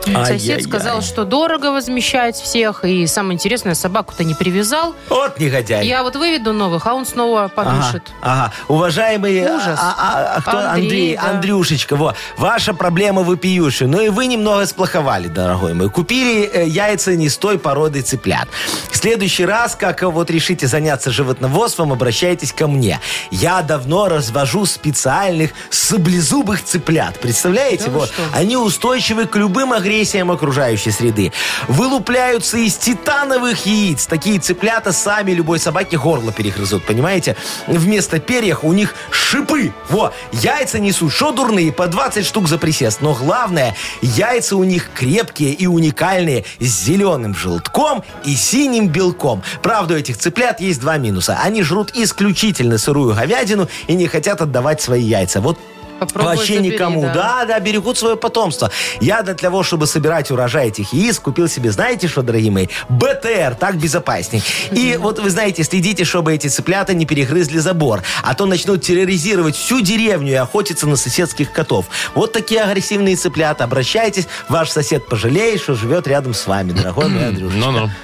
C: Ай-яй-яй.
B: Сосед сказал, что дорого возмещать всех. И самое интересное, собаку-то не привязал.
C: Вот негодяй.
B: Я вот выведу новых, а он снова
C: Ага,
B: подушит.
C: ага. Уважаемые,
B: Ужас.
C: а- а- а кто?
B: Андрей,
C: Андрей,
B: да.
C: Андрюшечка, вот, ваша проблема вопиющая. Ну и вы немного сплоховали, дорогой мой. Купили э, яйца не с той породы цыплят. В следующий раз, как э, вот решите заняться животноводством, обращайтесь ко мне. Я давно развожу специальных саблезубых цыплят. Представляете?
B: Да вы
C: вот.
B: что?
C: Они устойчивы к любым агрессиям окружающей среды. Вылупляются из титановых яиц. Такие цыплята сами любой собаке горло перегрызут, понимаете? Вместо перьев у них шипы. Во, яйца несут, что дурные, по 20 штук за присест. Но главное, яйца у них крепкие и уникальные, с зеленым желтком и синим белком. Правда, у этих цыплят есть два минуса. Они жрут исключительно сырую говядину и не хотят отдавать свои яйца. Вот
B: Попробуй
C: Вообще
B: забери,
C: никому.
B: да.
C: Да. да, берегут свое потомство. Я для того, чтобы собирать урожай этих яиц, купил себе, знаете что, дорогие мои, БТР, так безопасней. И вот вы знаете, следите, чтобы эти цыплята не перегрызли забор, а то начнут терроризировать всю деревню и охотиться на соседских котов. Вот такие агрессивные цыплята. Обращайтесь, ваш сосед пожалеет, что живет рядом с вами, дорогой мой Андрюшечка.
A: Ну-ну.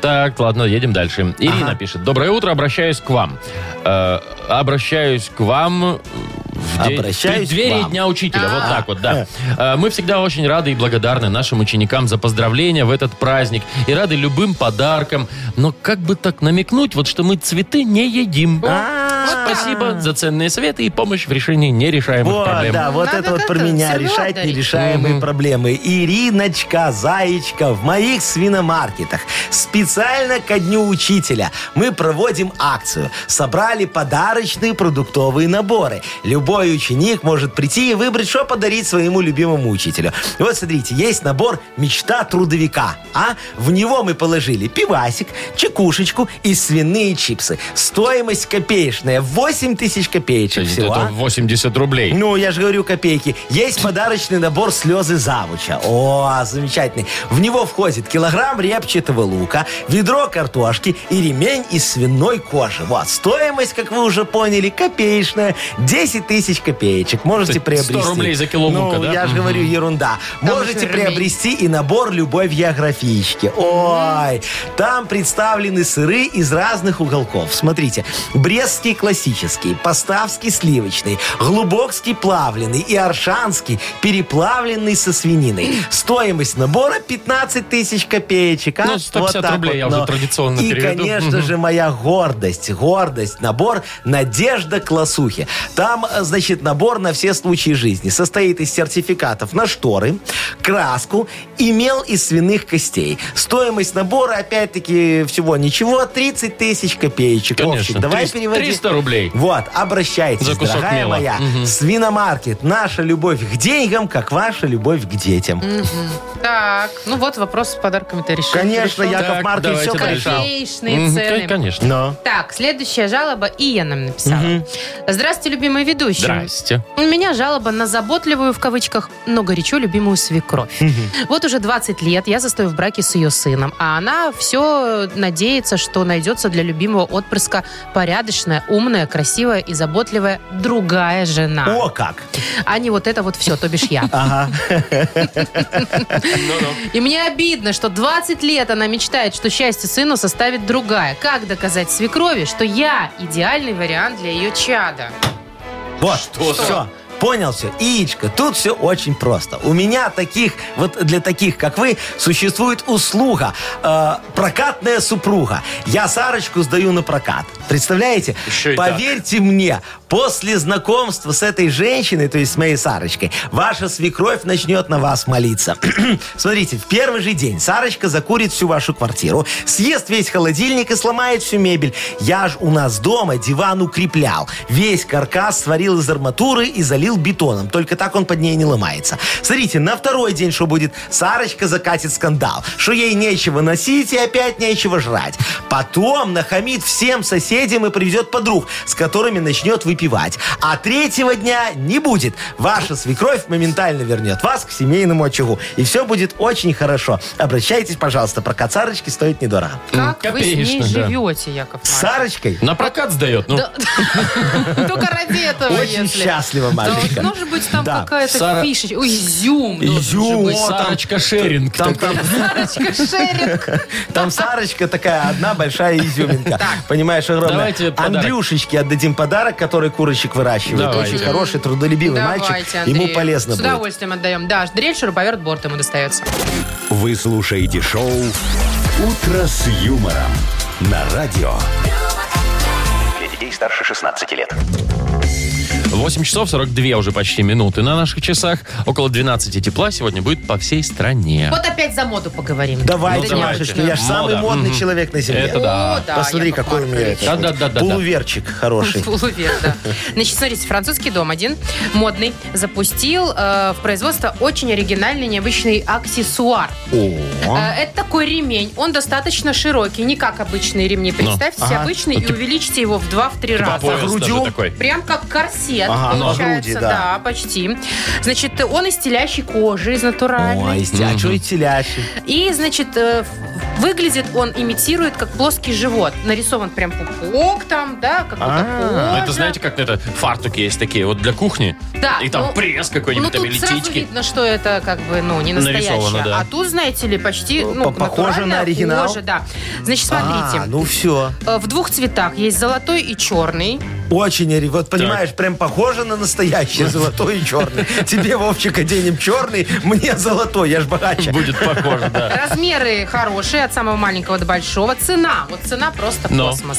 A: Так, ладно, едем дальше. Ирина пишет. Доброе утро, обращаюсь к вам. Э, обращаюсь к вам в день-
C: Обращаюсь
A: в преддверии
C: к вам. А.
A: Дня Учителя. Вот так вот, да. Э, Мы всегда очень рады и благодарны нашим ученикам за поздравления в этот праздник и рады любым подаркам. Но как бы так намекнуть, вот что мы цветы не едим. Спасибо за ценные советы и помощь в решении нерешаемых
C: А. Вот,
A: проблем.
C: да, вот
B: Надо
C: это вот
B: как-то
C: про меня.
B: всё равно
C: Решать
B: дарить.
C: нерешаемые проблемы. Ириночка, Заечка, в моих свиномаркетах специально ко дню учителя мы проводим акцию. Собрали подарочные продуктовые наборы. Любой ученик может прийти и выбрать, что подарить своему любимому учителю. Вот смотрите, есть набор «Мечта трудовика». А в него мы положили пивасик, чекушечку и свиные чипсы. Стоимость копеечная. 8 тысяч
A: То
C: копеечек
A: есть
C: всего.
A: это
C: а.
A: 80 рублей.
C: Ну, я же говорю, копейки. Есть подарочный набор слезы завуча. О, замечательный. В него входит килограмм репчатого лука, ведро картошки и ремень из свиной кожи. Вот, стоимость, как вы уже поняли, копеечная. 10 тысяч копеечек. Можете
A: 100
C: приобрести.
A: рублей за кило
C: Ну,
A: лука, да?
C: я же
A: Мгм.
C: говорю, ерунда.
B: Там
C: Можете
B: еще ремень.
C: приобрести и набор любой географички. Ой, там представлены сыры из разных уголков. Смотрите, брестский классический, поставский сливочный, глубокский плавленый и аршанский переплавленный со свининой. Стоимость набора 15 тысяч копеечек. а?
A: Ну, 150
C: Вот так
A: рублей
C: вот,
A: я уже
C: но.
A: традиционно
C: И,
A: переведу.
C: конечно
A: Мгм.
C: же, же моя гордость, гордость, набор «Надежда Классухи». Там, э, значит, набор на все случаи жизни. Состоит из сертификатов на шторы, краску и мел из свиных костей. Стоимость набора, опять-таки, всего ничего, 30 тысяч копеечек.
A: Конечно.
C: Вовчик, давай
A: 300
C: переводи.
A: 300 рублей.
C: Вот, обращайтесь,
A: За кусок
C: дорогая
A: мела.
C: моя.
A: Мгм.
C: Свиномаркет. Наша любовь к деньгам, как ваша любовь к детям.
B: Так, ну вот вопрос с подарками-то решен.
C: Конечно,
B: Решен.
C: Яков
A: Так,
C: Маркович
A: давайте
C: все
A: дальше.
C: порешал.
B: Копеечные
A: Мгм,
B: цены.
A: Конечно.
C: Но.
B: Так, следующая жалоба Ия нам написала. Здравствуйте, любимый ведущий.
A: Здрасте.
B: У меня жалоба на заботливую, в кавычках, но горячо любимую свекровь. Вот уже 20 лет я застою в браке с ее сыном, а она все надеется, что найдется для любимого отпрыска порядочная, умная, красивая и заботливая другая жена.
C: О, как.
B: А не вот это вот все, то бишь я.
C: Ага.
B: И мне обидно, что 20 лет она мечтает, что счастье сыну составит другая. Как доказать свекрови, что я идеальный вариант для ее чада?
C: Вот, все. Понял все. Яичко, тут все очень просто. У меня таких, вот для таких, как вы, существует услуга. э, прокатная супруга. Я Сарочку сдаю на прокат. Представляете?
A: Еще и так.
C: Поверьте мне, после знакомства с этой женщиной, то есть с моей Сарочкой, ваша свекровь начнет на вас молиться. Смотрите, в первый же день Сарочка закурит всю вашу квартиру, съест весь холодильник и сломает всю мебель. Я ж у нас дома диван укреплял. Весь каркас сварил из арматуры и залил залил бетоном. Только так он под ней не ломается. Смотрите, на второй день что будет? Сарочка закатит скандал, что ей нечего носить и опять нечего жрать. Потом нахамит всем соседям и приведет подруг, с которыми начнет выпивать. А третьего дня не будет. Ваша свекровь моментально вернет вас к семейному очагу. И все будет очень хорошо. Обращайтесь, пожалуйста, про Сарочки стоит недорого.
B: Как вы с ней
A: копеечно, да.
B: живете, Яков
C: С
B: Маркович?
C: Сарочкой
A: На прокат сдает, ну.
B: Да. Только ради этого,
C: очень
B: если.
C: счастлива
B: Да, вот
C: мальчика.
B: может быть, там
C: Да.
B: какая-то
A: Сара-
B: фишечка. Ой, изюм. должен же
C: Изюм,
B: быть.
C: о, там-
A: Сарочка Шеринг.
C: Там,
A: такая.
C: там,
B: Сарочка Шеринг.
C: там Сарочка такая одна большая изюминка. Понимаешь, огромная.
A: Давайте подарок.
C: Андрюшечке отдадим подарок, который курочек выращивает.
A: Давайте.
C: Очень хороший, трудолюбивый мальчик.
B: Давайте,
C: Ему
B: Андрей.
C: полезно
B: С
C: будет.
B: удовольствием отдаем. Да, дрель, шуруповерт, борт ему достается.
D: Вы слушаете шоу «Утро с юмором» на радио. Для детей старше 16 лет.
A: 8 часов 42 уже почти минуты на наших часах. Около 12 тепла сегодня будет по всей стране.
B: Вот опять за моду поговорим.
C: Давайте,
A: Ну, давайте.
C: Машечка, я же самый
A: Мода.
C: модный
A: Мгм.
C: человек на земле.
A: Это да.
B: О, да,
C: Посмотри,
B: Яков
C: какой у меня
B: Маркович.
C: это. вот
A: Да-да-да-да-да.
C: Пулуверчик хороший.
B: Пуловер, да. Значит, смотрите, французский дом один, модный, запустил э, в производство очень оригинальный, необычный аксессуар.
C: О,
B: Э, Это такой ремень. Он достаточно широкий, не как обычные ремни. Представьте себе
C: Ну, ага. Типа
B: обычный и увеличьте его в 2-3 раза.
A: Пояс даже
C: грудью?
A: такой.
B: Прям как корсет
C: Ага, ну, а
B: получается,
C: груди,
B: да.
C: да.
B: почти. Значит, он из телящей кожи, из натуральной.
C: Ой, а что и телящий?
B: И, значит, э, в- выглядит он, имитирует как плоский живот. Нарисован прям пупок там, да, как
C: А,
A: Ну, Это знаете, как это фартуки есть такие, вот для кухни.
B: Да,
A: И там
B: ну,
A: пресс какой-нибудь
B: ну,
A: там
B: тут
A: или
B: сразу
A: титьки.
B: видно, что это как бы, ну, не настоящее.
A: Нарисовано, да.
B: А тут, знаете ли, почти, ну,
C: Э, По- похоже на
B: натуральная
C: оригинал?
B: кожа, да. Значит, смотрите.
C: А, ну все.
B: Э, В двух цветах есть золотой и черный.
C: Очень, Ри, вот понимаешь, прям похоже на настоящий золотой и черный. Тебе, Вовчик, оденем черный, мне золотой, я ж богаче.
A: Будет похоже, да.
B: Размеры хорошие, от самого маленького до большого. Цена, вот цена просто
A: Но.
B: космос.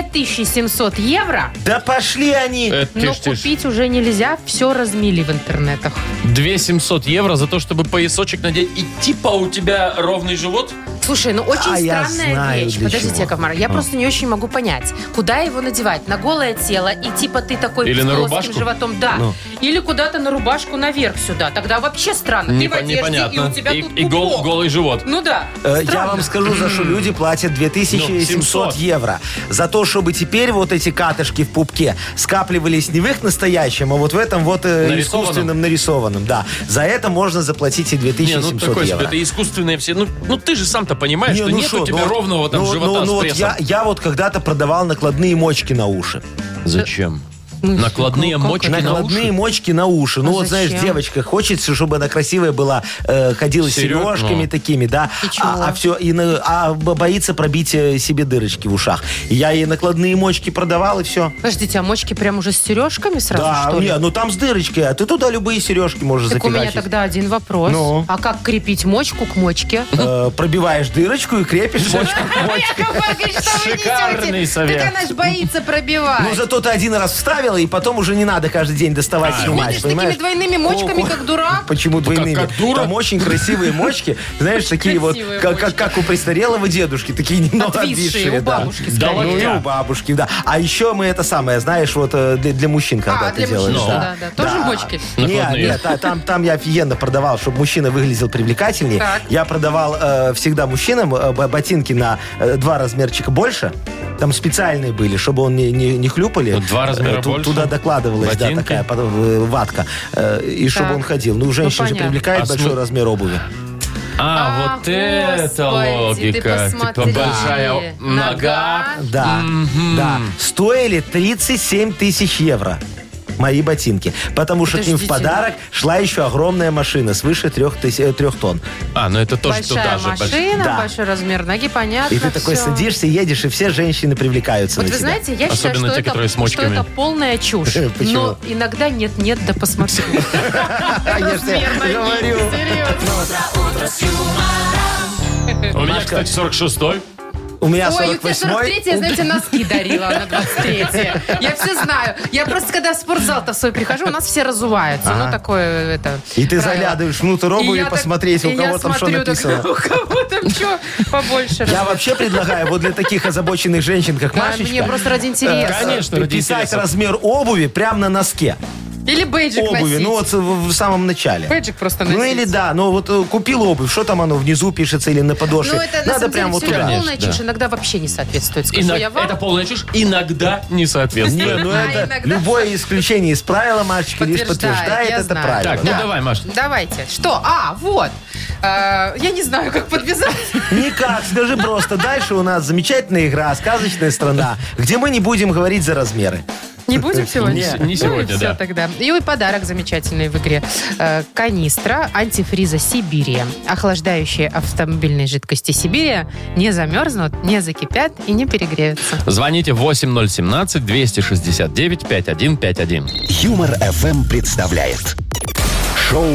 B: 2700 евро,
C: Да пошли они.
A: Э,
B: но
A: тишь, тишь.
B: купить уже нельзя, все размели в интернетах.
A: 2700 евро за то, чтобы поясочек надеть. И типа у тебя ровный живот?
B: Слушай, ну очень
C: А я
B: странная
C: знаю,
B: вещь.
C: для
B: Подождите,
C: чего. А.
B: Яков Марк, я просто не очень могу понять, куда его надевать. На голое тело и типа ты такой
A: Или
B: с
A: на
B: плоским
A: рубашку?
B: животом, да.
C: Ну.
B: Или куда-то на рубашку наверх сюда. Тогда вообще странно. ты в
A: Непо-
B: одежде, и у тебя
A: И,
B: тут
A: и гол-
B: пупок.
A: голый живот.
B: Ну да,
C: Э, Я
B: странно.
C: вам скажу, за что люди платят 2700
A: Ну, 700.
C: евро. За то, чтобы теперь вот эти катышки в пупке скапливались не в их настоящем, а вот в этом вот э,
A: Нарисованном.
C: искусственном нарисованном. Да. За это можно заплатить и
A: Не, ну
C: 2700
A: такой себе,
C: евро.
A: это искусственные все. Ну, ну ты же сам-то понимаешь,
C: Не,
A: что
C: ну
A: нет
C: шо,
A: у тебя
C: ну вот-
A: ровного там
C: ну вот-
A: живота
C: ну- ну
A: с
C: вот
A: прессом.
C: я, я вот когда-то продавал накладные мочки на уши.
A: Зачем? Накладные
B: ну, как
A: мочки на
C: Накладные
A: уши.
C: мочки на уши. Ну,
B: А
C: вот, знаешь,
B: зачем?
C: девочка хочется, чтобы она красивая была, э, ходила с
A: Серег-
C: сережками
A: ну.
C: такими, да.
B: И чего?
C: а, все, и на- а бо- боится пробить э, себе дырочки в ушах. И Я ей накладные мочки продавал, и все.
B: Подождите, а мочки прям уже с сережками сразу,
C: да,
B: что ли?
C: не, ну там с дырочкой, а ты туда любые сережки можешь
B: так у меня
C: запихать.
B: тогда один вопрос.
C: Ну?
B: А как крепить мочку к мочке?
C: Э, пробиваешь дырочку и крепишь мочку к мочке.
B: Яков Маркович, что вы
A: Шикарный
B: несете?
A: совет.
B: Так она ж боится
C: Ну,
B: пробивать.
C: зато ты один раз вставила, и потом уже не надо каждый день доставать, снимать,
B: Ходишь такими
C: понимаешь?
B: двойными мочками,
C: О,
B: как дурак.
C: Почему двойными?
A: Ну, как дура?
C: Там очень красивые мочки, знаешь, такие вот,
B: Красивые
C: как, как, как у престарелого дедушки, такие немного
B: Отвисшие,
C: отвисшие.
B: у
C: да.
B: бабушки
A: Да скорее.
C: Ну и
A: ладно.
C: у бабушки, да. А еще мы это самое, знаешь, вот э, для, для мужчин, когда
B: А,
C: ты
B: для
C: делаешь.
B: мужчин,
C: да.
B: да, да. Тоже мочки?
C: Нет,
A: Накладные.
C: нет, а там, там я офигенно продавал, чтобы мужчина выглядел привлекательнее.
B: Так.
C: Я продавал э, всегда мужчинам э, бо- ботинки на э, два размерчика больше. Там специальные были, чтобы он не, не, не хлюпали. Э,
A: Ну, два размера
C: Ту-
A: больше?
C: Туда докладывалась,
A: Ботинки?
C: да, такая под- э, ватка. Э, и чтобы
B: Так.
C: он ходил. Ну, женщин же
B: понятно.
C: привлекает
A: А
C: большой
A: смы-
C: размер обуви.
A: А, вот это
B: Господи, ты
A: логика. Типа
B: посмотри.
A: большая нога.
C: Да, да. Стоили 37 тысяч евро. Мои ботинки. Потому что к ним в
B: Подождите.
C: подарок шла еще огромная машина свыше трех, тысяч, э, трех тонн.
A: А, ну это тоже
B: Большая
A: туда же. больш-
B: машина,
C: Да.
B: большой размер ноги, понятно.
C: И ты такой
B: всё.
C: садишься, едешь, и все женщины привлекаются
B: Вот
C: на
B: вы
C: тебя.
B: знаете, я считаю,
A: Особенно
B: что,
A: те, которые
B: это,
A: с мочками.
B: что это полная чушь.
C: Почему?
B: Но иногда нет-нет, да посмотрю.
C: я ж тебе
B: Размер ноги,
C: говорю.
A: У
B: серьезно.
A: меня, кстати, 46-й.
C: У меня
B: Ой, у тебя
C: 48
B: 43 я, знаете, носки дарила на 23-е. Я все знаю. Я просто, когда в спортзал-то в свой прихожу, у нас все разуваются. Ну, такое это...
C: И ты
B: правило.
C: заглядываешь внутрь обуви
B: я так-
C: посмотреть,
B: и
C: у
B: я
C: кого там что
B: смотрю,
C: написано.
B: так, У кого там что побольше.
C: Я вообще предлагаю вот для таких озабоченных женщин, как
B: Да, Мне
C: Машечка, э,
B: просто ради интереса.
A: Конечно, ради
C: писать
A: интереса.
C: размер обуви прямо на носке.
B: Или бейджик
C: обуви,
B: носить.
C: ну вот в, в самом начале.
B: Бейджик просто
C: Ну
B: носить.
C: или да, ну вот э, купил обувь, что там оно внизу пишется или на подошве.
B: Ну, это на самом
C: Надо прям
B: деле
C: вот
B: всё
C: туда.
B: полная
A: Конечно,
B: чушь.
A: да.
B: Иногда вообще не соответствует. Скажу
A: Иногда-
B: я вам.
A: Это полная чушь. Иногда не
C: Не,
A: соответствует.
C: ну
B: А
C: это
B: иногда-
C: любое исключение из правила, Машечка, лишь
B: Подтверждает,
C: подтверждает
B: я
C: это
B: знаю.
C: правило.
A: Так, ну
B: Да.
A: давай, Маш.
B: Давайте. Что? А, вот. Э, я не знаю, как подвязать.
C: Никак, скажи просто. Дальше у нас замечательная игра «Сказочная страна», где мы не будем говорить за размеры.
B: Не будем сегодня?
A: Не- не сегодня,
B: ну, и
A: да.
B: все тогда. И подарок замечательный в игре. Э, Канистра антифриза Сибирия. Охлаждающие автомобильные жидкости Сибирия не замерзнут, не закипят и не перегреются.
A: Звоните 8017-269-5151.
D: Юмор FM представляет шоу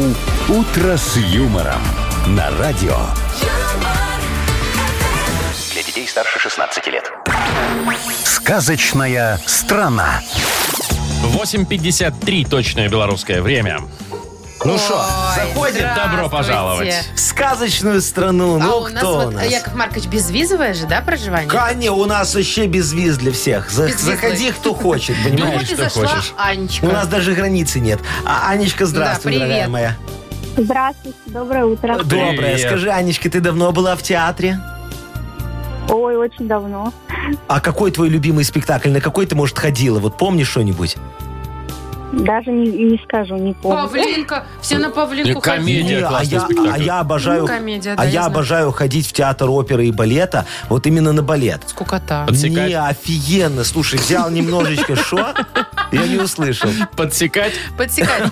D: Утро с юмором на радио.
G: Для детей старше 16 лет.
D: Сказочная страна.
A: 8.53 точное белорусское время.
C: Ну что,
A: Заходит, добро
B: здравствуйте.
A: пожаловать.
C: в сказочную страну,
B: а
C: ну
B: у нас
C: кто
B: вот,
C: у нас?
B: Яков Маркович, безвизовое же, да, проживание?
C: Каня у нас вообще без виз для всех. За-
B: Безвизный.
C: заходи, кто хочет,
B: Ну
C: понимаешь?
B: вот и
A: что
B: зашла
A: хочешь.
B: Анечка.
C: У нас даже границы нет. А Анечка, здравствуй,
B: Да, привет.
C: дорогая моя.
H: Здравствуйте, доброе утро.
C: Доброе.
A: Привет.
C: Скажи, Анечка, ты давно была в театре?
H: Ой, очень давно.
C: А какой твой любимый спектакль? На какой ты, может, ходила? Вот помнишь что-нибудь?
H: Даже не, не скажу, не помню.
B: Павлинка. Все Ну, на Павлинку
A: Комедия.
B: ходили.
C: Не, а,
A: классный
C: я,
A: спектакль.
C: а я обожаю,
B: Ну, комедия, да,
C: а
B: я
C: я,
B: знаю.
C: обожаю ходить в театр оперы и балета, вот именно на балет.
B: Скукота.
A: Подсекать?
C: Не, офигенно. Слушай, взял немножечко, шо? Я не услышал.
A: Подсекать?
B: Подсекать.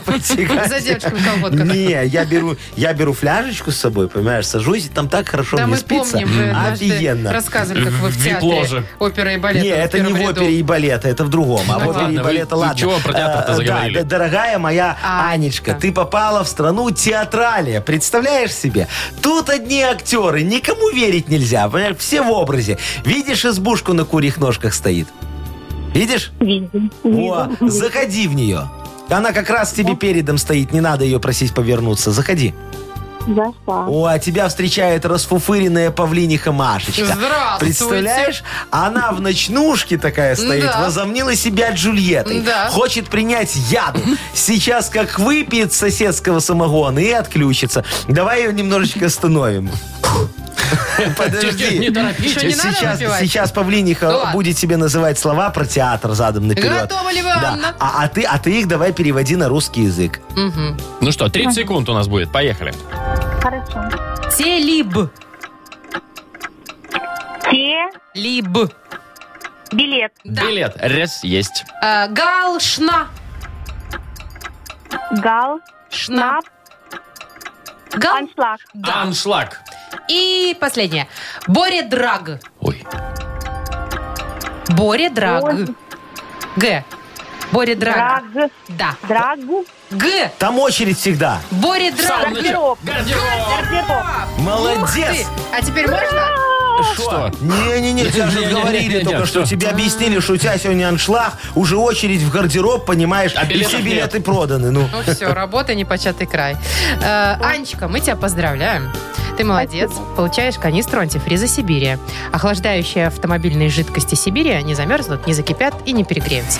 B: ну,
C: Подсекать.
B: За девочками в колготках.
C: Не, я беру, я беру фляжечку с собой, понимаешь, сажусь, и там так хорошо
B: Да,
C: мне
B: мы
C: спится.
B: помним, вы однажды
C: Офигенно.
B: рассказывали, как вы в
A: В
B: театре
A: вип-ложе.
B: оперы и балета.
C: Не,
B: в
C: это не
B: первом
C: в
B: ряду.
C: опере и балета, это в другом. А в
A: Ну
C: опере и
A: ладно, вы-
C: балета,
A: вы
C: ладно.
A: чего про театр-то
C: Э, э,
A: заговорили?
C: да, д- дорогая моя
B: А,
C: Анечка,
B: Анечка.
C: ты попала в страну театралия. Представляешь себе? Тут одни актеры, никому верить нельзя. понимаешь, Все в образе. Видишь, избушку на курьих ножках стоит? Видишь?
H: Вижу,
C: О,
H: вижу.
C: заходи в нее. Она как раз тебе передом стоит, не надо ее просить повернуться. Заходи.
H: Зашла.
C: О, а тебя встречает расфуфыренная павлиниха Машечка.
B: Здравствуйте.
C: Представляешь, она в ночнушке такая стоит,
B: Да.
C: возомнила себя Джульеттой.
B: Да.
C: Хочет принять яду. Сейчас как выпьет соседского самогона и отключится. Давай ее немножечко остановим.
A: Не
C: Подожди.
B: Еще не
A: торопитесь.
B: надо
C: Сейчас,
B: выпивать?
C: сейчас Павлиниха
B: Ну ладно.
C: будет тебе называть слова про театр задом наперед.
B: Готова ли вы,
C: Да.
B: Анна?
C: А, а ты, а ты их давай переводи на русский язык.
B: Мгм.
A: Ну что, 30 секунд у нас будет. Поехали.
H: Хорошо.
B: Телиб.
H: Те
B: Либ.
H: билет.
A: Билет. Раз есть.
B: А, Галшна.
H: Гал.
B: Шна.
H: Нап.
B: Гал.
H: Аншлаг.
A: Аншлаг.
B: И последнее. Боре драг.
A: Ой.
B: Боре драг.
H: Ой.
B: Г. Боре драг.
H: Драг.
B: Да.
H: Драгу.
B: Г.
C: Там очередь всегда.
B: Боре драг.
A: Сауна.
H: Гардероб.
A: Гардероб.
H: Гардероб.
C: Молодец!
B: А теперь можно?
A: Что?
C: Не-не-не, тебя же
A: Не-не-не-не-не,
C: говорили только
A: что?
C: что. Тебе объяснили, что у тебя сегодня аншлаг, уже очередь в гардероб, понимаешь,
A: А
C: и
A: билетов
C: все
A: нет.
C: билеты проданы. Ну,
B: Ну все, работа непочатый край. Э, Анечка, мы тебя поздравляем. Ты молодец. Получаешь канистру антифриза Сибирия. Охлаждающие автомобильные жидкости Сибирия не замерзнут, не закипят и не перегреются.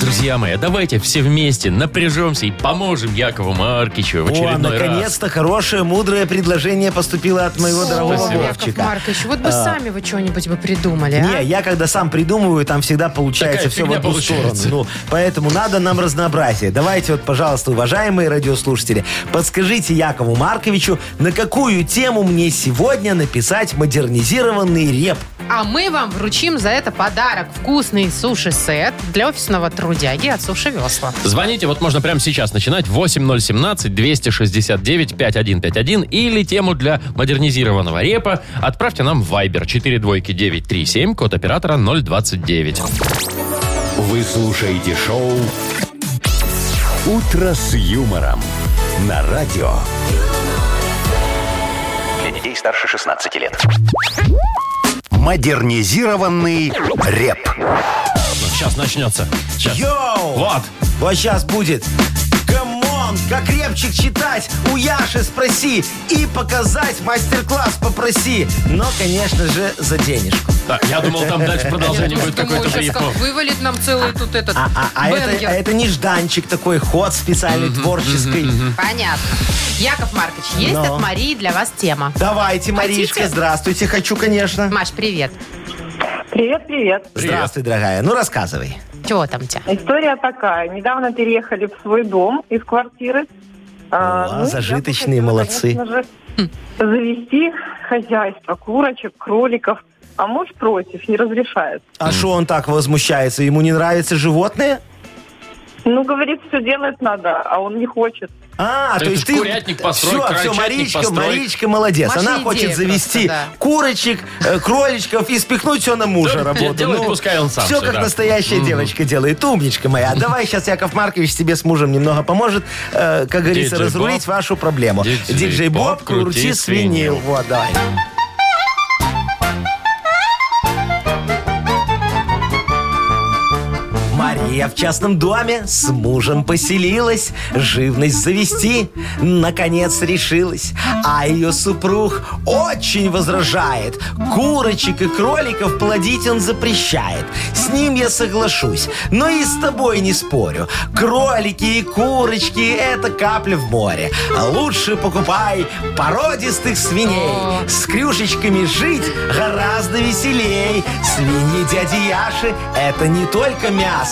A: Друзья мои, давайте все вместе напряжемся и поможем Якову Маркичу в
C: о,
A: очередной раз.
C: наконец-то хорошее, мудрое предложение поступило от моего дорогого
A: Спасибо.
B: Яков
C: Вовчика.
B: Маркович, вот бы сами вы что-нибудь бы придумали, а?
C: Не, я когда сам придумываю, там всегда получается
A: Такая
C: все в
A: фигня
C: одну
A: получается.
C: сторону. Ну, поэтому надо нам разнообразие. Давайте вот, пожалуйста, уважаемые радиослушатели, подскажите Якову Марковичу, на какую тему мне сегодня написать модернизированный реп.
B: А мы вам вручим за это подарок. Вкусный суши-сет для офисного трудяги от Суши Весла.
A: Звоните, вот можно прямо сейчас начинать. 8017-269-5151 или тему для модернизированного репа отправьте нам в Viber 42937, код оператора 029.
D: Вы слушаете шоу «Утро с юмором» на радио.
G: Для детей старше 16 лет.
D: Модернизированный рэп.
A: Сейчас начнется. Сейчас.
C: Йоу!
A: Вот.
C: Вот сейчас будет. Камон, как репчик читать, у Яши спроси и показать мастер-класс попроси. Но, конечно же, за денежку.
A: Так, я думал, там дальше продолжение будет какой-то прикол.
B: как вывалит нам целый тут этот
C: А, а- а это,
B: бенгер.
C: а это нежданчик такой, ход специальный, творческий.
B: Понятно. Яков Маркович, есть
C: Но.
B: от Марии для вас тема.
C: Давайте, Маришка,
B: Хотите?
C: здравствуйте, хочу, конечно.
B: Маш, привет.
E: Привет, привет.
C: Здравствуй, дорогая. Ну, рассказывай.
B: Чего там у тебя?
E: История такая. Недавно переехали в свой дом из квартиры. А,
C: О,
E: ну, я бы
C: зажиточные
E: хотела,
C: молодцы.
E: конечно же,
B: Хм.
E: завести хозяйство, курочек, кроликов. А муж против, не разрешает.
C: А что он так возмущается? Ему не нравятся животные?
E: Ну, говорит, все делать надо, а он не хочет.
C: А,
A: Это
C: то
A: ж
C: есть ты...
A: курятник построй,
C: все, все,
A: крольчатник
C: Маричка,
A: построй.
C: Маричка молодец.
B: Маша
C: Она
B: идея
C: хочет
B: просто,
C: завести
B: да.
C: курочек, э, кроличков и спихнуть все на мужа
A: Да,
C: работу.
A: делает, пускай он сам
C: Все,
A: всё,
C: как
A: да.
C: настоящая девочка делает. Умничка моя. А Давай сейчас Яков Маркович тебе с мужем немного поможет, э, как говорится,
A: Диджей
C: разрулить
A: Боб.
C: вашу проблему.
A: Диджей
C: Диджей Боб,
A: Боб, крути
C: крути свинил.
A: свинил.
C: Вот, давай. Мария в частном доме с мужем поселилась, живность завести, наконец решилась. А ее супруг очень возражает. Курочек и кроликов плодить он запрещает. С ним я соглашусь, но и с тобой не спорю. Кролики и курочки – это капля в море. А Лучше покупай породистых свиней. С крюшечками жить гораздо веселей. Свиньи дяди Яши – это не только мясо.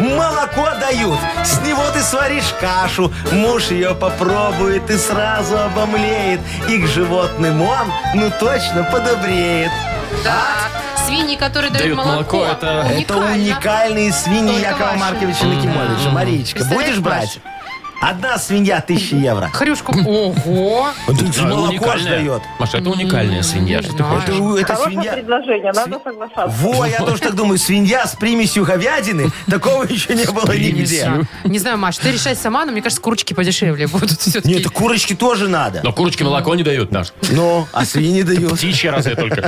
C: Молоко дают, с него ты сваришь кашу. Муж ее попробует и сразу обомлеет. И к животным он, ну точно, подобреет.
B: Да. Свиньи, которые дают
A: Дают
B: молоко.
A: молоко, это-
C: Это уникальные свиньи
B: Только
C: Якова
B: ваши.
C: Марковича Накимовича. Маричка,
B: Представляешь,
C: будешь брать? Одна свинья тысяча евро.
B: Хрюшку. Ого.
A: Да,
C: молоко ж
A: уникальная.
C: дает.
A: Маша, это уникальная свинья. Что ты хочешь?
C: Это, у- это
E: Хорошее
C: свинья...
E: предложение, надо соглашаться.
C: Во, я тоже так думаю, свинья с примесью говядины, такого еще не было нигде.
A: примесью.
B: Не знаю, Маш, ты решай сама, но мне кажется, курочки подешевле будут все-таки.
C: Нет, это курочки тоже надо.
A: Но курочки молоко не дают наш.
C: Ну, а свиньи дают.
A: Птичья разве только.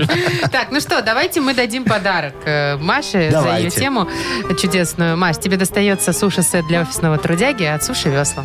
B: Так, ну что, давайте мы дадим подарок э, Маше за ее
C: Давайте.
B: тему чудесную. Маш, тебе достается суши-сет для офисного трудяги от Суши Весла.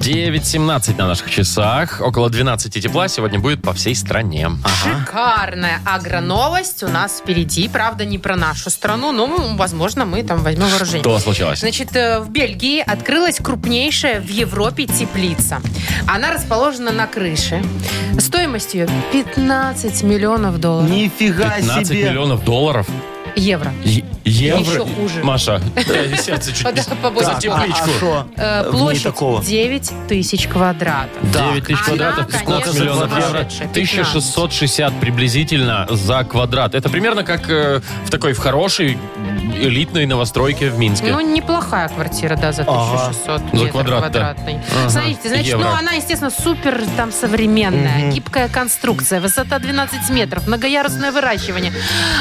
A: 9.17 на наших часах. Около 12 тепла сегодня будет по всей стране.
B: А Шикарная агроновость у нас впереди. Правда, не про нашу страну, но, м, возможно, мы там возьмем вооружение.
A: Что случилось?
B: Значит, э, в Бельгии открылась крупнейшая в Европе теплица. Она расположена на крыше. Стоимость ее 15 миллионов долларов.
C: Нифига
A: 15
C: себе.
A: миллионов долларов?
B: Евро.
A: Е- евро?
B: Еще хуже.
A: Маша, э, сердце чуть
B: Да,
A: не...
B: побольше.
A: За тепличку.
C: А, шо?
B: Э,
C: В ней
B: Площадь
C: такого.
B: 9 тысяч квадратов.
A: 9 тысяч
B: Она,
A: квадратов,
B: конечно,
A: сколько миллионов евро?
B: сумасшедшая.
A: 1660 приблизительно за квадрат. Это примерно как э, в такой в хорошей элитной новостройке в Минске.
B: Ну, неплохая квартира, да, за 1600 метров
A: квадрат, да.
B: квадратный.
A: Ага.
B: Смотрите, значит,
A: Евро.
B: ну, она, естественно, супер там современная, гибкая конструкция, высота 12 метров, многоярусное выращивание.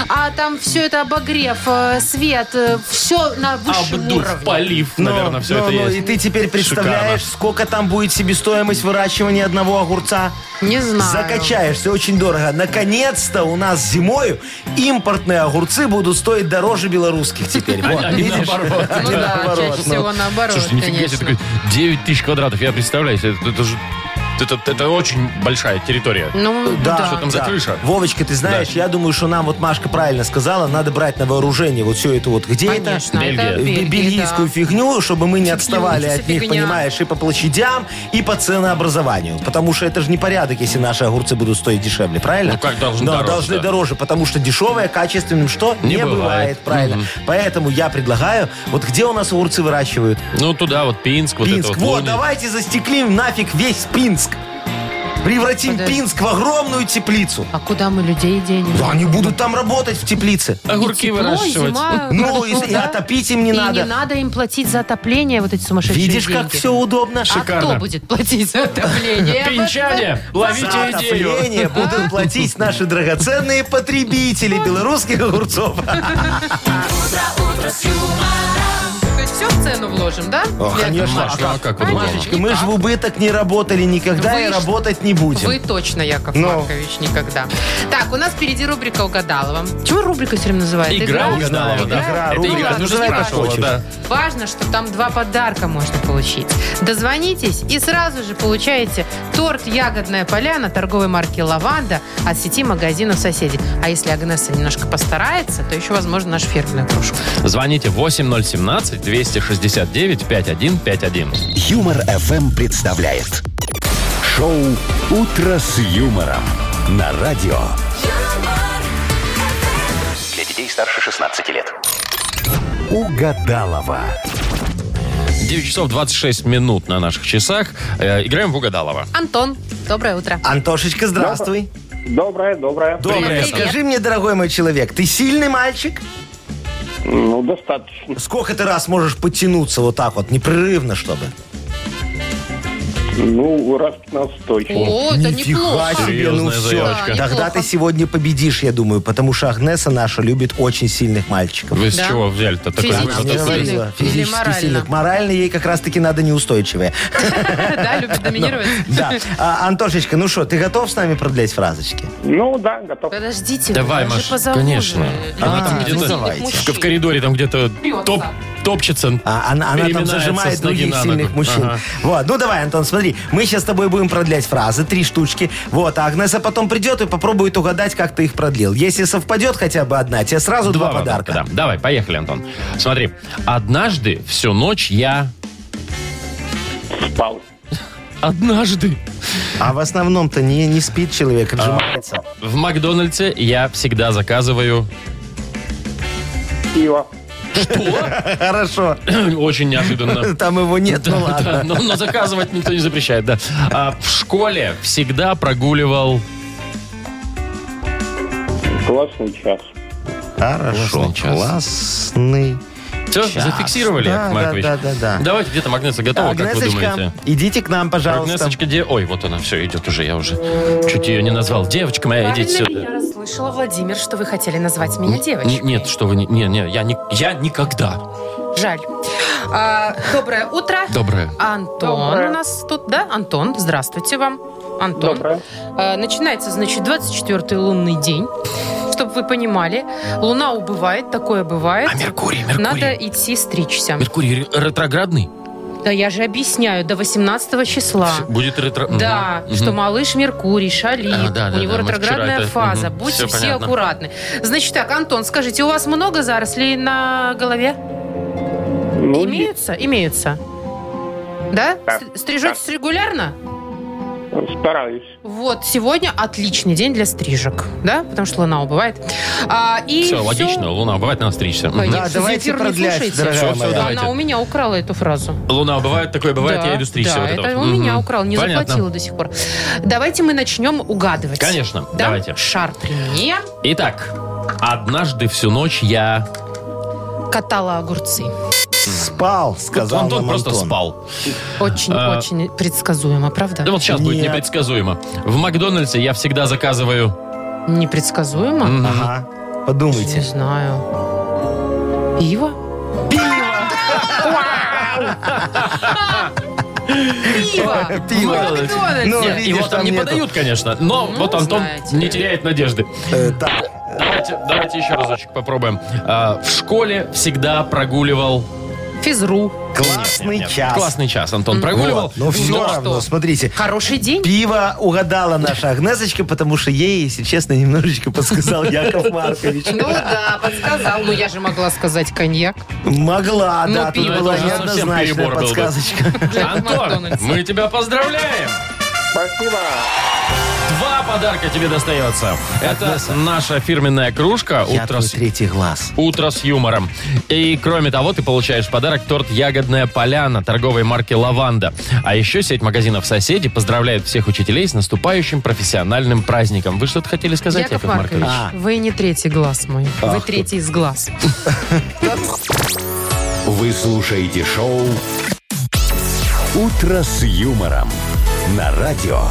B: А там все это обогрев, э, свет, все на высшем
A: Обдув,
B: уровне.
A: полив,
C: Ну,
A: наверное, все
C: ну,
A: это
C: ну,
A: есть.
C: И ты теперь представляешь, сколько там будет себестоимость выращивания одного огурца?
B: Не знаю.
C: Закачаешься очень дорого. Наконец-то у нас зимою импортные огурцы будут стоить дороже белорусских теперь. Вот,
A: А- а не
C: видишь?
A: наоборот.
C: А не
B: Ну да,
C: наоборот,
B: чаще
C: ну.
B: всего наоборот,
A: Слушай, нифига
B: конечно.
A: себе, такой 9 тысяч квадратов, я представляю, себе, это, это же... Это, это очень большая территория.
B: Ну,
C: Да,
B: да.
A: Что там за
C: да.
A: крыша?
C: Вовочка, ты знаешь, я думаю, что нам вот Машка правильно сказала, надо брать на вооружение вот все это вот. Где
B: Конечно,
C: это?
A: Бельгия.
B: это
C: Э,
B: Бельгия,
C: Бельгийскую
B: да.
C: фигню, чтобы мы не отставали
B: Фигня,
C: от них,
B: фигня.
C: понимаешь, и по площадям, и по ценообразованию. Потому что это же непорядок, если наши огурцы будут стоить дешевле, правильно?
A: Ну, как должны
C: Да,
A: дороже,
C: должны
A: да.
C: дороже, потому что дешевое качественным что?
A: Не
C: Не, бывает.
A: бывает.
C: правильно. Поэтому я предлагаю, вот где у нас огурцы выращивают?
A: Ну, туда вот Пинск, вот
C: Пинск.
A: это
C: вот,
A: вот. Луни.
C: давайте застеклим нафиг весь Пинск. Превратим
B: Подожди.
C: Пинск в огромную теплицу.
B: А куда мы людей денем?
C: Да они будут там работать в теплице.
A: Огурки
B: Тепло,
A: выращивать.
B: зима,
C: Ну, и,
B: хорошо,
C: и
B: да.
C: отопить им не
B: И
C: надо.
B: не надо им платить за отопление вот эти сумасшедшие
C: Видишь, как
B: деньги.
C: все удобно?
A: Шикарно.
B: А кто будет платить за отопление?
A: Пинчане,
C: За
A: ловите идею.
C: отопление будут платить наши драгоценные потребители белорусских огурцов.
I: Утро, утро с юмором.
B: все в цену вложим, да?
C: О,
B: Яков
C: конечно.
B: Маркович?
A: Машечка, а как вы
B: Конечно,
A: думали?
C: Машечка, мы же
B: никак.
C: в убыток не работали никогда
B: Вы
C: и
B: ж-
C: работать не будем.
B: Вы точно, Яков
C: Ну.
B: Маркович, никогда. Так, у нас впереди рубрика «Угадалова». Чего рубрика все время называют?
A: Игра угадала,
C: знаю,
A: да.
C: игра,
A: Это
B: рубрика,
A: игра,
B: ну
A: ты же
B: ладно,
A: спрашивала,
C: хочешь.
A: да.
B: Важно, что там два подарка можно получить. Дозвонитесь и сразу же получаете торт «Ягодная поляна» торговой марки «Лаванда» от сети магазинов «Соседи». А если Агнесса немножко постарается, то еще, возможно, нашу фирменную кружку.
A: Звоните 8017-269-5151.
D: Юмор FM представляет шоу Утро с юмором на радио.
G: Для детей старше 16 лет.
D: Угадалова.
A: 9 часов 26 минут на наших часах. Э, Играем в Угадалова.
B: Антон, доброе утро.
C: Антошечка, здравствуй.
F: Доброе, доброе.
C: Доброе.
A: Привет.
C: Скажи мне, дорогой мой человек, ты сильный мальчик?
F: Ну, достаточно.
C: Сколько ты раз можешь подтянуться вот так вот, непрерывно, чтобы?
F: Ну, раз 15 точно.
B: О, это неплохо.
C: себе, ну
A: Серьезная
C: все.
A: заявочка.
C: Тогда
B: Неплохо.
C: ты сегодня победишь, я думаю, потому что Агнеса наша любит очень сильных мальчиков.
A: Вы с
B: Да.
A: чего взяли-то такой
B: Физически
A: вывод?
C: Она мне
B: сильных
C: говорила,
B: или
C: физически
B: морально?
C: сильных. Морально ей как раз-таки надо неустойчивые.
B: Да, любит доминировать.
C: Да. А, Антошечка, ну что, ты готов с нами продлять фразочки?
F: Ну, да, готов.
B: Подождите,
A: Давай,
B: вы
A: Маш,
B: же позаужили.
A: конечно. Она там
C: А,
B: Любите
A: где-то-
B: сильных
C: давайте.
B: мужчин.
A: В коридоре там где-то топ- топчется.
C: А, она, она там
A: переминается
C: зажимает
A: с ноги
C: других
A: на ногу.
C: сильных мужчин.
A: Ага.
C: Вот, ну давай, Антон, смотри, мы сейчас с тобой будем продлять фразы, три штучки. Вот, а Агнеса потом придет и попробует угадать, как ты их продлил. Если совпадет хотя бы одна, тебе сразу два, подарка.
A: да. Давай, поехали, Антон. Смотри. Однажды всю ночь я...
F: Спал.
A: Однажды.
C: А в основном-то не, не спит
A: А.
C: человек, отжимается.
A: В Макдональдсе я всегда заказываю...
F: Пиво.
C: Хорошо,
A: Очень неожиданно.
C: там его нет, ну
A: Да,
C: ладно.
A: но, но заказывать никто не запрещает, да. А в школе всегда прогуливал...
F: Классный час.
C: Хорошо,
A: Классный час.
C: классный.
A: Все,
C: Час.
A: зафиксировали,
C: Да,
A: Яков Маркович?
C: да, да, да, да.
A: Давайте, где-то Агнеса готова, как вы
C: Агнесочка,
A: думаете?
C: идите к нам, пожалуйста.
A: Агнесочка, где? Ой, вот она, все, идет уже, я уже чуть ее не назвал. Девочка моя, идите сюда.
B: Правильно меня расслышала, Владимир, что вы хотели назвать меня
A: Н-
B: девочкой.
A: Нет, что вы, не, не, не, я, не, я никогда.
B: Жаль. А, доброе утро.
A: Доброе.
B: Антон
F: Доброе.
B: у нас тут, да? Антон, здравствуйте вам. Антон.
F: Доброе.
B: А, начинается, значит, 24-й лунный день. Чтобы вы понимали, луна убывает, такое бывает.
A: А Меркурий, Меркурий.
B: Надо идти стричься.
A: Меркурий ре- ретроградный?
B: Да я же объясняю, до 18 числа.
A: Всё, Будет ретро...
B: Да,
A: Мгм.
B: что
A: Мгм.
B: малыш Меркурий шалит,
A: А, да, да,
B: у него
A: да, мы вчера
B: ретроградная
A: это-
B: фаза.
A: мгм,
B: Будьте
A: всё
B: все
A: понятно.
B: аккуратны. Значит так, Антон, скажите, у вас много зарослей на голове?
F: Ну,
B: имеются? Имеются. Да?
F: Да.
B: С- Стрижетесь регулярно?
F: и Стараюсь.
B: Вот, сегодня отличный день для стрижек, да? Потому что луна убывает. А, и
A: Все,
B: всё.
A: логично. Луна убывает, надо стричься. Мгм.
B: Конечно,
C: Да, давайте
B: Земфир, не
C: продлять,
B: слушайте.
C: дорогая
A: Всё, всё,
C: моя.
A: да.
B: Она
A: Давайте.
B: у меня украла эту фразу.
A: Луна убывает, такое бывает,
B: Да,
A: я иду стричься.
B: да,
A: вот это
B: это
A: вот.
B: у меня
A: Мгм.
B: украл, не
A: Понятно.
B: заплатила до сих пор. Давайте мы начнем угадывать.
A: Конечно,
B: Да?
A: давайте.
B: Шар при мне
A: Итак, однажды всю ночь я...
B: катала огурцы.
C: Спал, сказал
A: Антон
C: нам
A: просто
C: Антон.
A: спал. А.
B: Очень-очень предсказуемо, правда?
A: Да вот сейчас будет
C: Нет.
A: непредсказуемо. В Макдональдсе я всегда заказываю...
B: Непредсказуемо?
A: Мгм.
C: Ага.
B: Не
C: Подумайте.
B: знаю. Пиво? Пиво! Пиво!
C: Пиво.
B: В Макдональдсе.
C: Ну,
A: Нет,
C: видишь,
A: его там
C: там
A: не
C: нету.
A: подают, конечно. Но
B: Ну,
A: вот Антон
B: знаете
A: не
B: ли.
A: теряет надежды.
C: Э, так,
A: Давайте, давайте еще разочек попробуем. А, в школе всда прогуливал...
B: Физру.
C: классный час.
A: Классный час, Антон. Прогуливал.
C: Вот, Но все
B: Ну, что?
C: равно, смотрите.
B: Хороший день.
C: Пиво угадала наша Агнесочка, потому что ей, если честно, немножечко подсказал Яков Маркович.
B: Ну да, подсказал. Ну я же могла сказать коньяк.
C: Могла,
B: Ну,
C: да, тут
B: пиво.
C: была
B: Это
A: уже совсем
C: неоднозначная
A: перебор был бы.
C: подсказочка.
A: Антон,
B: Макдональдс.
A: мы тебя поздравляем!
F: Спасибо.
A: Два подарка тебе достается. Это наша фирменная кружка
C: Я
A: «Утро
C: твой
A: с,
C: третий глаз.
A: «Утро с юмором». И кроме того, ты получаешь в подарок торт «Ягодная поляна» торговой марки «Лаванда». А еще сеть магазинов «Соседи» поздравляет всех учителей с наступающим профессиональным праздником. Вы что-то хотели сказать, Яков, Маркович?
C: Маркович.
B: вы не третий глаз мой. вы третий из глаз.
D: Вы слушаете шоу Утро с юмором на радио.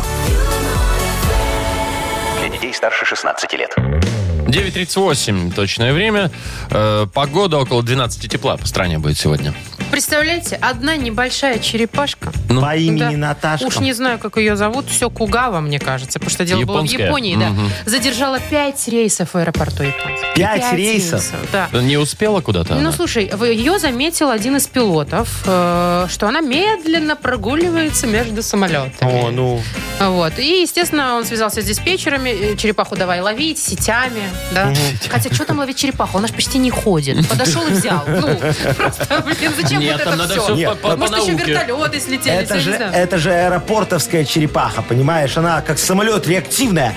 G: Для детей старше 16 лет.
A: 9.38 точное время. Э, погода около 12 тепла по стране будет сегодня.
B: Представляете, одна небольшая черепашка.
A: Ну.
C: По имени
B: Да.
C: Наташка.
B: Уж не знаю, как ее зовут. Все Кугава, мне кажется, потому что дело было в
A: Японская?
B: Японии, да. Задержала пять рейсов в аэропорту Японии.
C: Пять рейсов?
B: Да.
A: Не успела куда-то?
B: Ну,
A: она?
B: слушай, в- ее заметил один из пилотов, э, что она медленно прогуливается между самолетами.
C: О, ну.
B: Вот. И, естественно, он связался с диспетчерами. э, Черепаху давай ловить, сетями. Да? Хотя, что там ловить черепаху? Она же почти не ходит. Подошел и взял. Ну, просто, блин, зачем
A: Нет,
B: вот
A: там
B: это
A: надо
B: все?
A: все
C: Нет, ну,
A: по, по- по
B: Может, еще
A: науке.
B: вертолеты слетели,
C: Это
B: всё,
C: же, э,
B: не знаю.
C: это же аэропортовская черепаха, понимаешь? Она как самолет реактивная,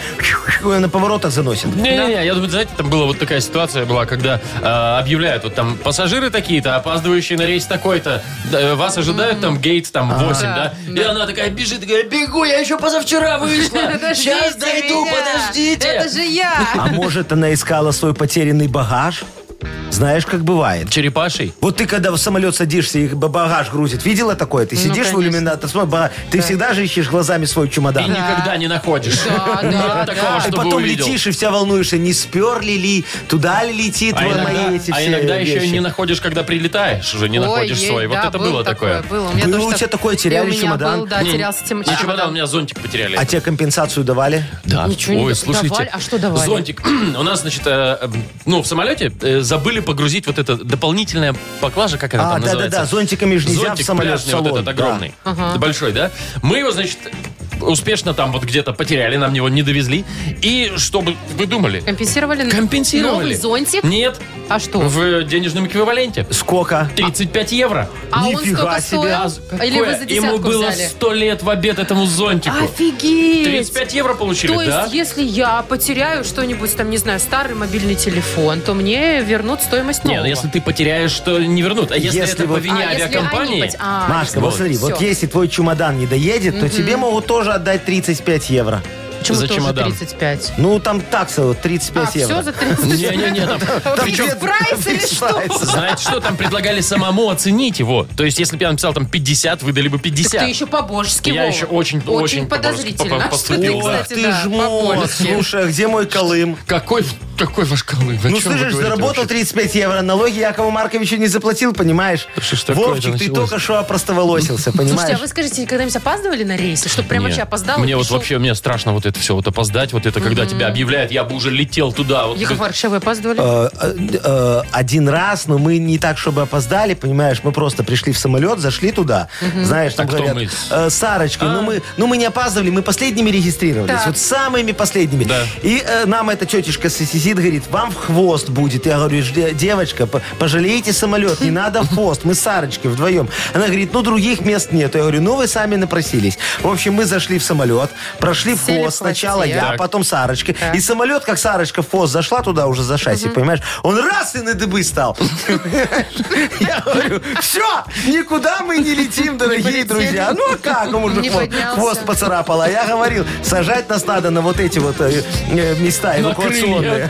C: на поворотах заносит.
A: Не-не-не, я думаю, знаете, там была вот такая ситуация была, когда э, объявляют, вот там пассажиры такие-то, а опаздывающие на рейс такой-то, э, вас ожидают там гейт там 8, да?
B: Да,
A: И она такая бежит, такая, бегу, я еще позавчера вышла, сейчас
B: Подождите
A: дойду,
B: меня! Это
A: подождите.
B: же я!
C: А может, она искала свой потерянный багаж? Знаешь, как бывает.
A: Черепашей?
C: Вот ты, когда в самолет садишься и б- багаж грузит, видела такое? Ты сидишь в
B: Ну, конечно.
C: иллюминатор, смотри, ба- ты всегда же ищешь глазами свой
A: И
C: чемодан.
A: никогда не находишь.
B: Да,
A: Нет
B: да,
A: такого,
B: да.
C: И
A: чтобы
C: А потом
A: увидел.
C: летишь и вся волнуешься, не сперли ли, туда ли летит
A: А
C: вот
A: иногда,
C: мои эти
A: а
C: все
A: иногда еще и
C: вещи.
A: не находишь, когда прилетаешь, уже не находишь
B: Ой,
A: свой.
B: ей,
A: Вот
B: да,
A: это
B: было
A: было такое.
B: Было. У меня
C: Было
B: тоже
C: у тебя
B: так-
C: такое,
B: И
C: теряли
B: У меня
C: чемодан?
B: был, да,
A: Не,
B: терялся тем-
A: На чемодан у
B: чемодан.
A: меня зонтик потеряли.
C: А тебе компенсацию давали?
A: Да.
B: Ничего не
A: Ой,
B: давали.
A: слушайте.
B: А что давали?
A: Зонтик. у нас, значит, э, э, ну, в самолете э, забыли погрузить вот это дополнительное поклажа, как она
C: А,
A: там называется?
C: да-да-да, зонтиками же нельзя в
A: Зонтик
C: самолет, в
A: пляжный вот
C: салон,
A: этот
C: да.
A: огромный, большой, да? Мы его, значит, успешно там вот где-то потеряли, нам его не довезли. И что бы вы думали?
B: Компенсировали?
A: Компенсировали.
B: Новый зонтик?
A: Нет,
B: А что?
A: в денежном эквиваленте.
C: Сколько?
A: 35 евро.
B: А он
C: Нифига
B: сколько
C: себе.
B: стоил?
A: А
B: Или вы
A: какое?
B: за
A: Ему
B: десятку
A: было
B: взяли?
A: 100 лет в обед этому зонтику.
B: Офигеть!
A: 35 евро получили,
B: То есть,
A: да?
B: если я потеряю что-нибудь, там, не знаю, старый мобильный телефон, то мне вернут стоимость
A: Нет,
B: нового.
A: ну, если ты потеряешь, то не вернут. А если,
C: Если
A: это
C: вот-
A: по вине
B: А, если
A: авиакомпании...
B: они пот- а,
C: Машка,
A: вот.
C: вот смотри, вот
B: Всё.
C: если твой чемодан не доедет, то тебе могут тоже отдать 35 евро.
B: почему
A: за
B: тоже
A: чемодан.
B: 35?
C: Ну, там такса вот 35
B: А,
C: евро.
B: все за 35?
A: Не-не-не, там-
B: Фикс
C: чё-
B: прайс или что?
C: Фикс-прайс.
A: Знаете что, там предлагали самому оценить его. То есть, если бы я написал там 50, выдали бы 50.
B: Ты еще по-божески,
A: Я
B: Вова.
A: еще очень- очень
B: Очень
A: по-
B: подозрительно.
A: по-
B: Что ты,
A: поступил.
C: Ох,
B: кстати,
C: ты
B: да,
C: ж мод,
B: по-божески.
C: слушай, а где мой Колым?
A: Какой, какой ваш колы?
C: Ну, слышишь, заработал 35 евро, налоги Якову Марковичу не заплатил, понимаешь?
A: Что ж такое-то
C: Вовчик, ты
A: началось?
C: только что опростоволосился,
B: Слушайте, а
C: понимаешь?
B: вы скажите, когда-нибудь опаздывали на рейсы? Что прямо вообще опоздал?
A: Мне вот вообще, мне страшно вот это все, вот опоздать, вот это, когда тебя объявляют, я бы уже летел туда. Вот,
B: Яков Маркович, а вы опаздывали?
C: Э, э, э, Один раз, но мы не так, чтобы опоздали, понимаешь, мы просто пришли в самолет, зашли туда, знаешь,
A: А
C: там
A: кто
C: говорят,
A: мы? А.
C: «Э, Сарочка, ну мы, ну мы не опаздывали, мы последними регистрировались,
B: Так.
C: вот самыми последними.
A: Да.
C: И э, нам эта тетечка сидит, говорит, вам в хвост будет. Я говорю, «Ж- девочка, п- пожалейте самолет, не надо в хвост, мы с Сарочкой вдвоем. Она говорит, ну других мест нет. Я говорю, ну вы сами напросились. В общем, мы зашли в самолет, прошли в
B: Сели
C: хвост,
B: в
C: сначала
B: хвосте.
C: я,
A: Так.
C: потом Сарочка. И самолет, как Сарочка в хвост зашла туда уже за шасси, понимаешь? Он раз и на дыбы стал. Я говорю, все, никуда мы не летим, дорогие друзья. Ну а как? Он уже
B: Не
C: хвост-
B: поднялся.
C: хвост поцарапал. А я говорил, сажать нас надо на вот эти вот э, э, места эвакуационные.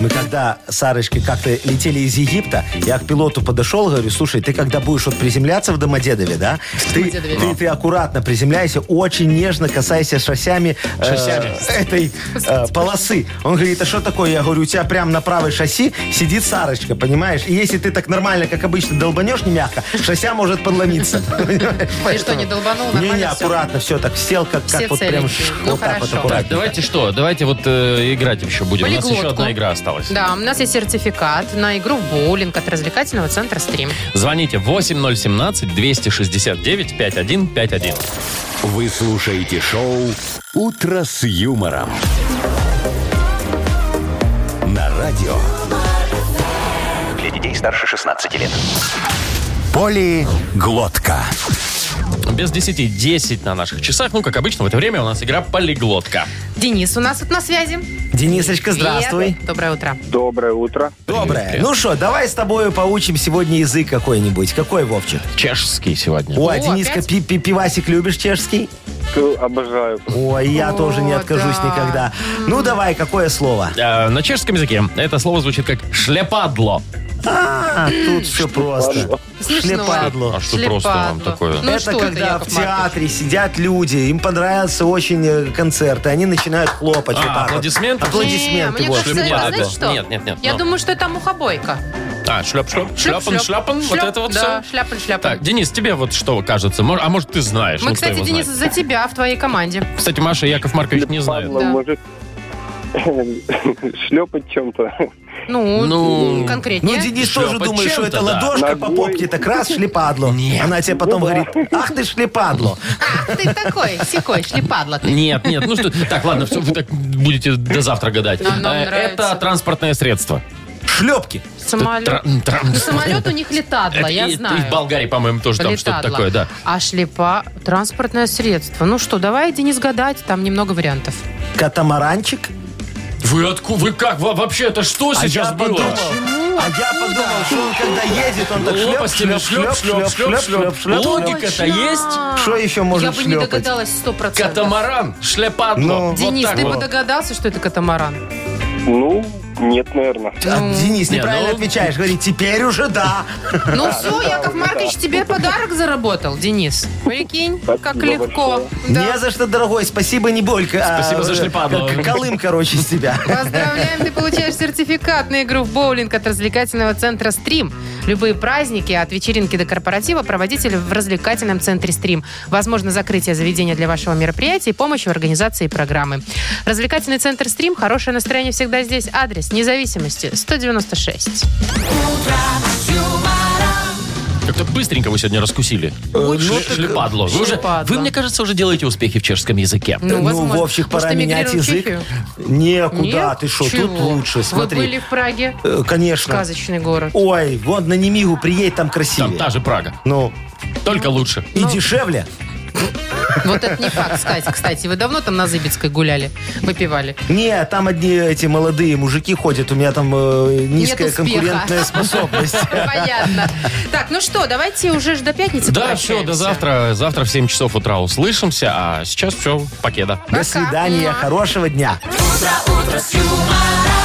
C: Мы когда с Сарочкой как-то летели из Египта, я к пилоту подошел, говорю, слушай, ты когда будешь вот приземляться в Домодедове, да, ты,
B: Домодедове.
C: ты, ты аккуратно приземляйся, очень нежно касайся шоссями, э, этой э, полосы. Он говорит, а что такое? Я говорю, у тебя прям на правой шасси сидит Сарочка, понимаешь? И если ты так нормально, как обычно, долбанешь не мягко, шоссия может подломиться.
B: Ты что, не долбанул?
C: Не-не,
B: Нормально всё?
C: аккуратно все так, сел как,
B: Все
C: как вот прям
B: целенькие.
C: ш-
B: Ну,
C: вот так вот
B: хорошо.
A: Так,
C: аккуратно.
A: давайте что? Давайте вот э, играть еще будем. У нас еще
B: Полиглотку.
A: одна игра осталась.
B: Да, у нас есть сертификат на игру в боулинг от развлекательного центра «Стрим».
A: Звоните 8017-269-5151.
D: Вы слушаете шоу «Утро с юмором». На радио
G: Для детей старше 16 лет.
D: «Полиглотка».
A: Без 10 10 на наших часах. Ну, как обычно, в это время у нас игра «Полиглотка».
B: Денис у нас вот на связи.
C: Денисочка, здравствуй.
B: Привет. Доброе утро.
F: Доброе утро.
C: Доброе. Ну что, давай с тобой поучим сегодня язык какой-нибудь. Какой, Вовчик?
A: Чешский сегодня.
C: О,
B: О,
C: Дениска,
B: опять?
C: пи- пи- пивасик любишь чешский?
F: Ку- Обожаю.
C: Ой, я
B: О,
C: тоже не откажусь
B: да.
C: никогда. Ну давай, какое слово?
A: Э, На чешском языке это слово звучит как «шлепадло».
C: А, тут все просто.
B: Смешно.
C: Шлепадло.
A: А что просто вам такое?
B: Ну
C: это
B: что это,
C: когда
B: Яков
C: в
B: Маркович?
C: театре сидят люди, им понравился очень э, концерт, и они начинают хлопать.
A: А,
C: вот так вот.
A: аплодисменты?
B: Не,
C: Аплодисменты,
B: мне
C: вот.
B: кажется, это,
A: Шлепадло.
B: знаешь что?
A: Нет, нет, нет,
B: Я
A: но.
B: думаю, что это мухобойка.
A: А, шляп-шляп, шляпан,
B: Шлеп-шлеп.
A: шляпан, вот
B: Шлеп,
A: это вот
B: да,
A: все.
B: Шляпан, шляпан.
A: Так, Денис, тебе вот что кажется? Мож- А может, ты знаешь?
B: Мы,
A: ну, кто
B: кстати,
A: его
B: Денис,
A: знает?
B: за тебя в твоей команде.
A: Кстати, Маша и Яков Маркович не знают.
F: Падла
B: Да.
F: может шлепать чем-то.
B: Ну,
A: Ну,
C: Ну,
B: конкретнее.
C: Денис
A: Шлепать
C: тоже думает, что
A: чем-то,
C: это
A: да.
C: ладошка по
F: Ногой.
C: попке, так раз шлепадло. Она тебе потом говорит, ах ты шлепадло.
B: Ах, А ты такой, секой, шлепадло ты.
A: Нет, нет, ну что, так, ладно, все, вы так будете до завтра гадать.
B: Нам- нам
A: Э,
B: нравится.
A: Это транспортное средство.
C: Шлепки.
B: Самолет.
A: Тра- трам-
B: Ну, самолет у них летадло,
A: Это
B: я
A: и- и
B: знаю.
A: в Болгарии, по-моему, тоже там что-то
B: Летадло.
A: такое, да.
B: А шлепа – транспортное средство. Ну что, давай, Денис, гадать, там немного вариантов.
C: Катамаранчик.
A: Вы откуда? Вы как? Во- Вообще, это что сейчас
C: я
A: было?
C: подумал, А я подумал, что он когда едет, он так шлеп,
A: Лопастями
C: шлеп, шлеп, шлеп, шлеп, шлеп, шлеп.
A: Логика-то А есть?
C: Что еще можно
B: Я бы не
C: шлепать?
B: догадалась сто процентов.
A: Катамаран, шлепадло.
C: Ну.
A: Вот
B: Денис,
A: так
B: ты
A: вот.
B: бы догадался, что это катамаран?
F: Ну, нет, наверное.
C: А, Денис,
A: Не,
C: неправильно
A: ну-
C: отвечаешь. Говорит, теперь уже да.
B: Ну все, Яков Маркович, тебе подарок заработал, Денис. Прикинь, как
F: Спасибо
B: легко.
F: большое.
B: Да.
C: Не за что, дорогой, спасибо, не болька.
A: Спасибо за шлепадло.
C: Колым, короче, с тебя.
B: Поздравляем, ты получаешь сертификат на игру в боулинг от развлекательного центра «Стрим». Любые праздники от вечеринки до корпоратива проводите в развлекательном центре «Стрим». Возможно, закрытие заведения для вашего мероприятия и помощь в организации программы. Развлекательный центр «Стрим». Хорошее настроение всегда здесь. Адрес независимости 196.
A: Как-то быстренько вы сегодня раскусили. Ш- Шлепадло. Вы, уже,
B: Э, ну, Шлепадло.
A: вы, мне кажется, уже делаете успехи в чешском языке.
B: Ну, возможно.
C: Вовчик, пора
B: Может, эмигрируем
C: менять
B: в
C: язык.
B: Чехию?
C: Некуда,
B: Нет?
C: ты что, тут
B: Чего?
C: лучше, смотри.
B: Вы были в Праге?
C: Э, Конечно.
B: Сказочный город.
C: Ой, вот на Немигу приедь, там
A: Там
C: красивее.
A: та же Прага.
C: Ну,
A: Только лучше.
B: Ну.
C: и дешевле.
B: Вот это не факт, кстати. Кстати, вы давно там на Зыбецкой гуляли, выпивали?
C: Не, там одни эти молодые мужики ходят, у меня там э, низкая
B: успеха.
C: конкурентная способность.
B: Понятно. Так, ну что, давайте уже ж до пятницы
A: Да,
B: попрощаемся.
A: все, до завтра. Завтра в 7 часов утра услышимся, а сейчас все, покеда.
C: До свидания,
B: Пока.
C: хорошего дня.
I: утро, утро с юмором.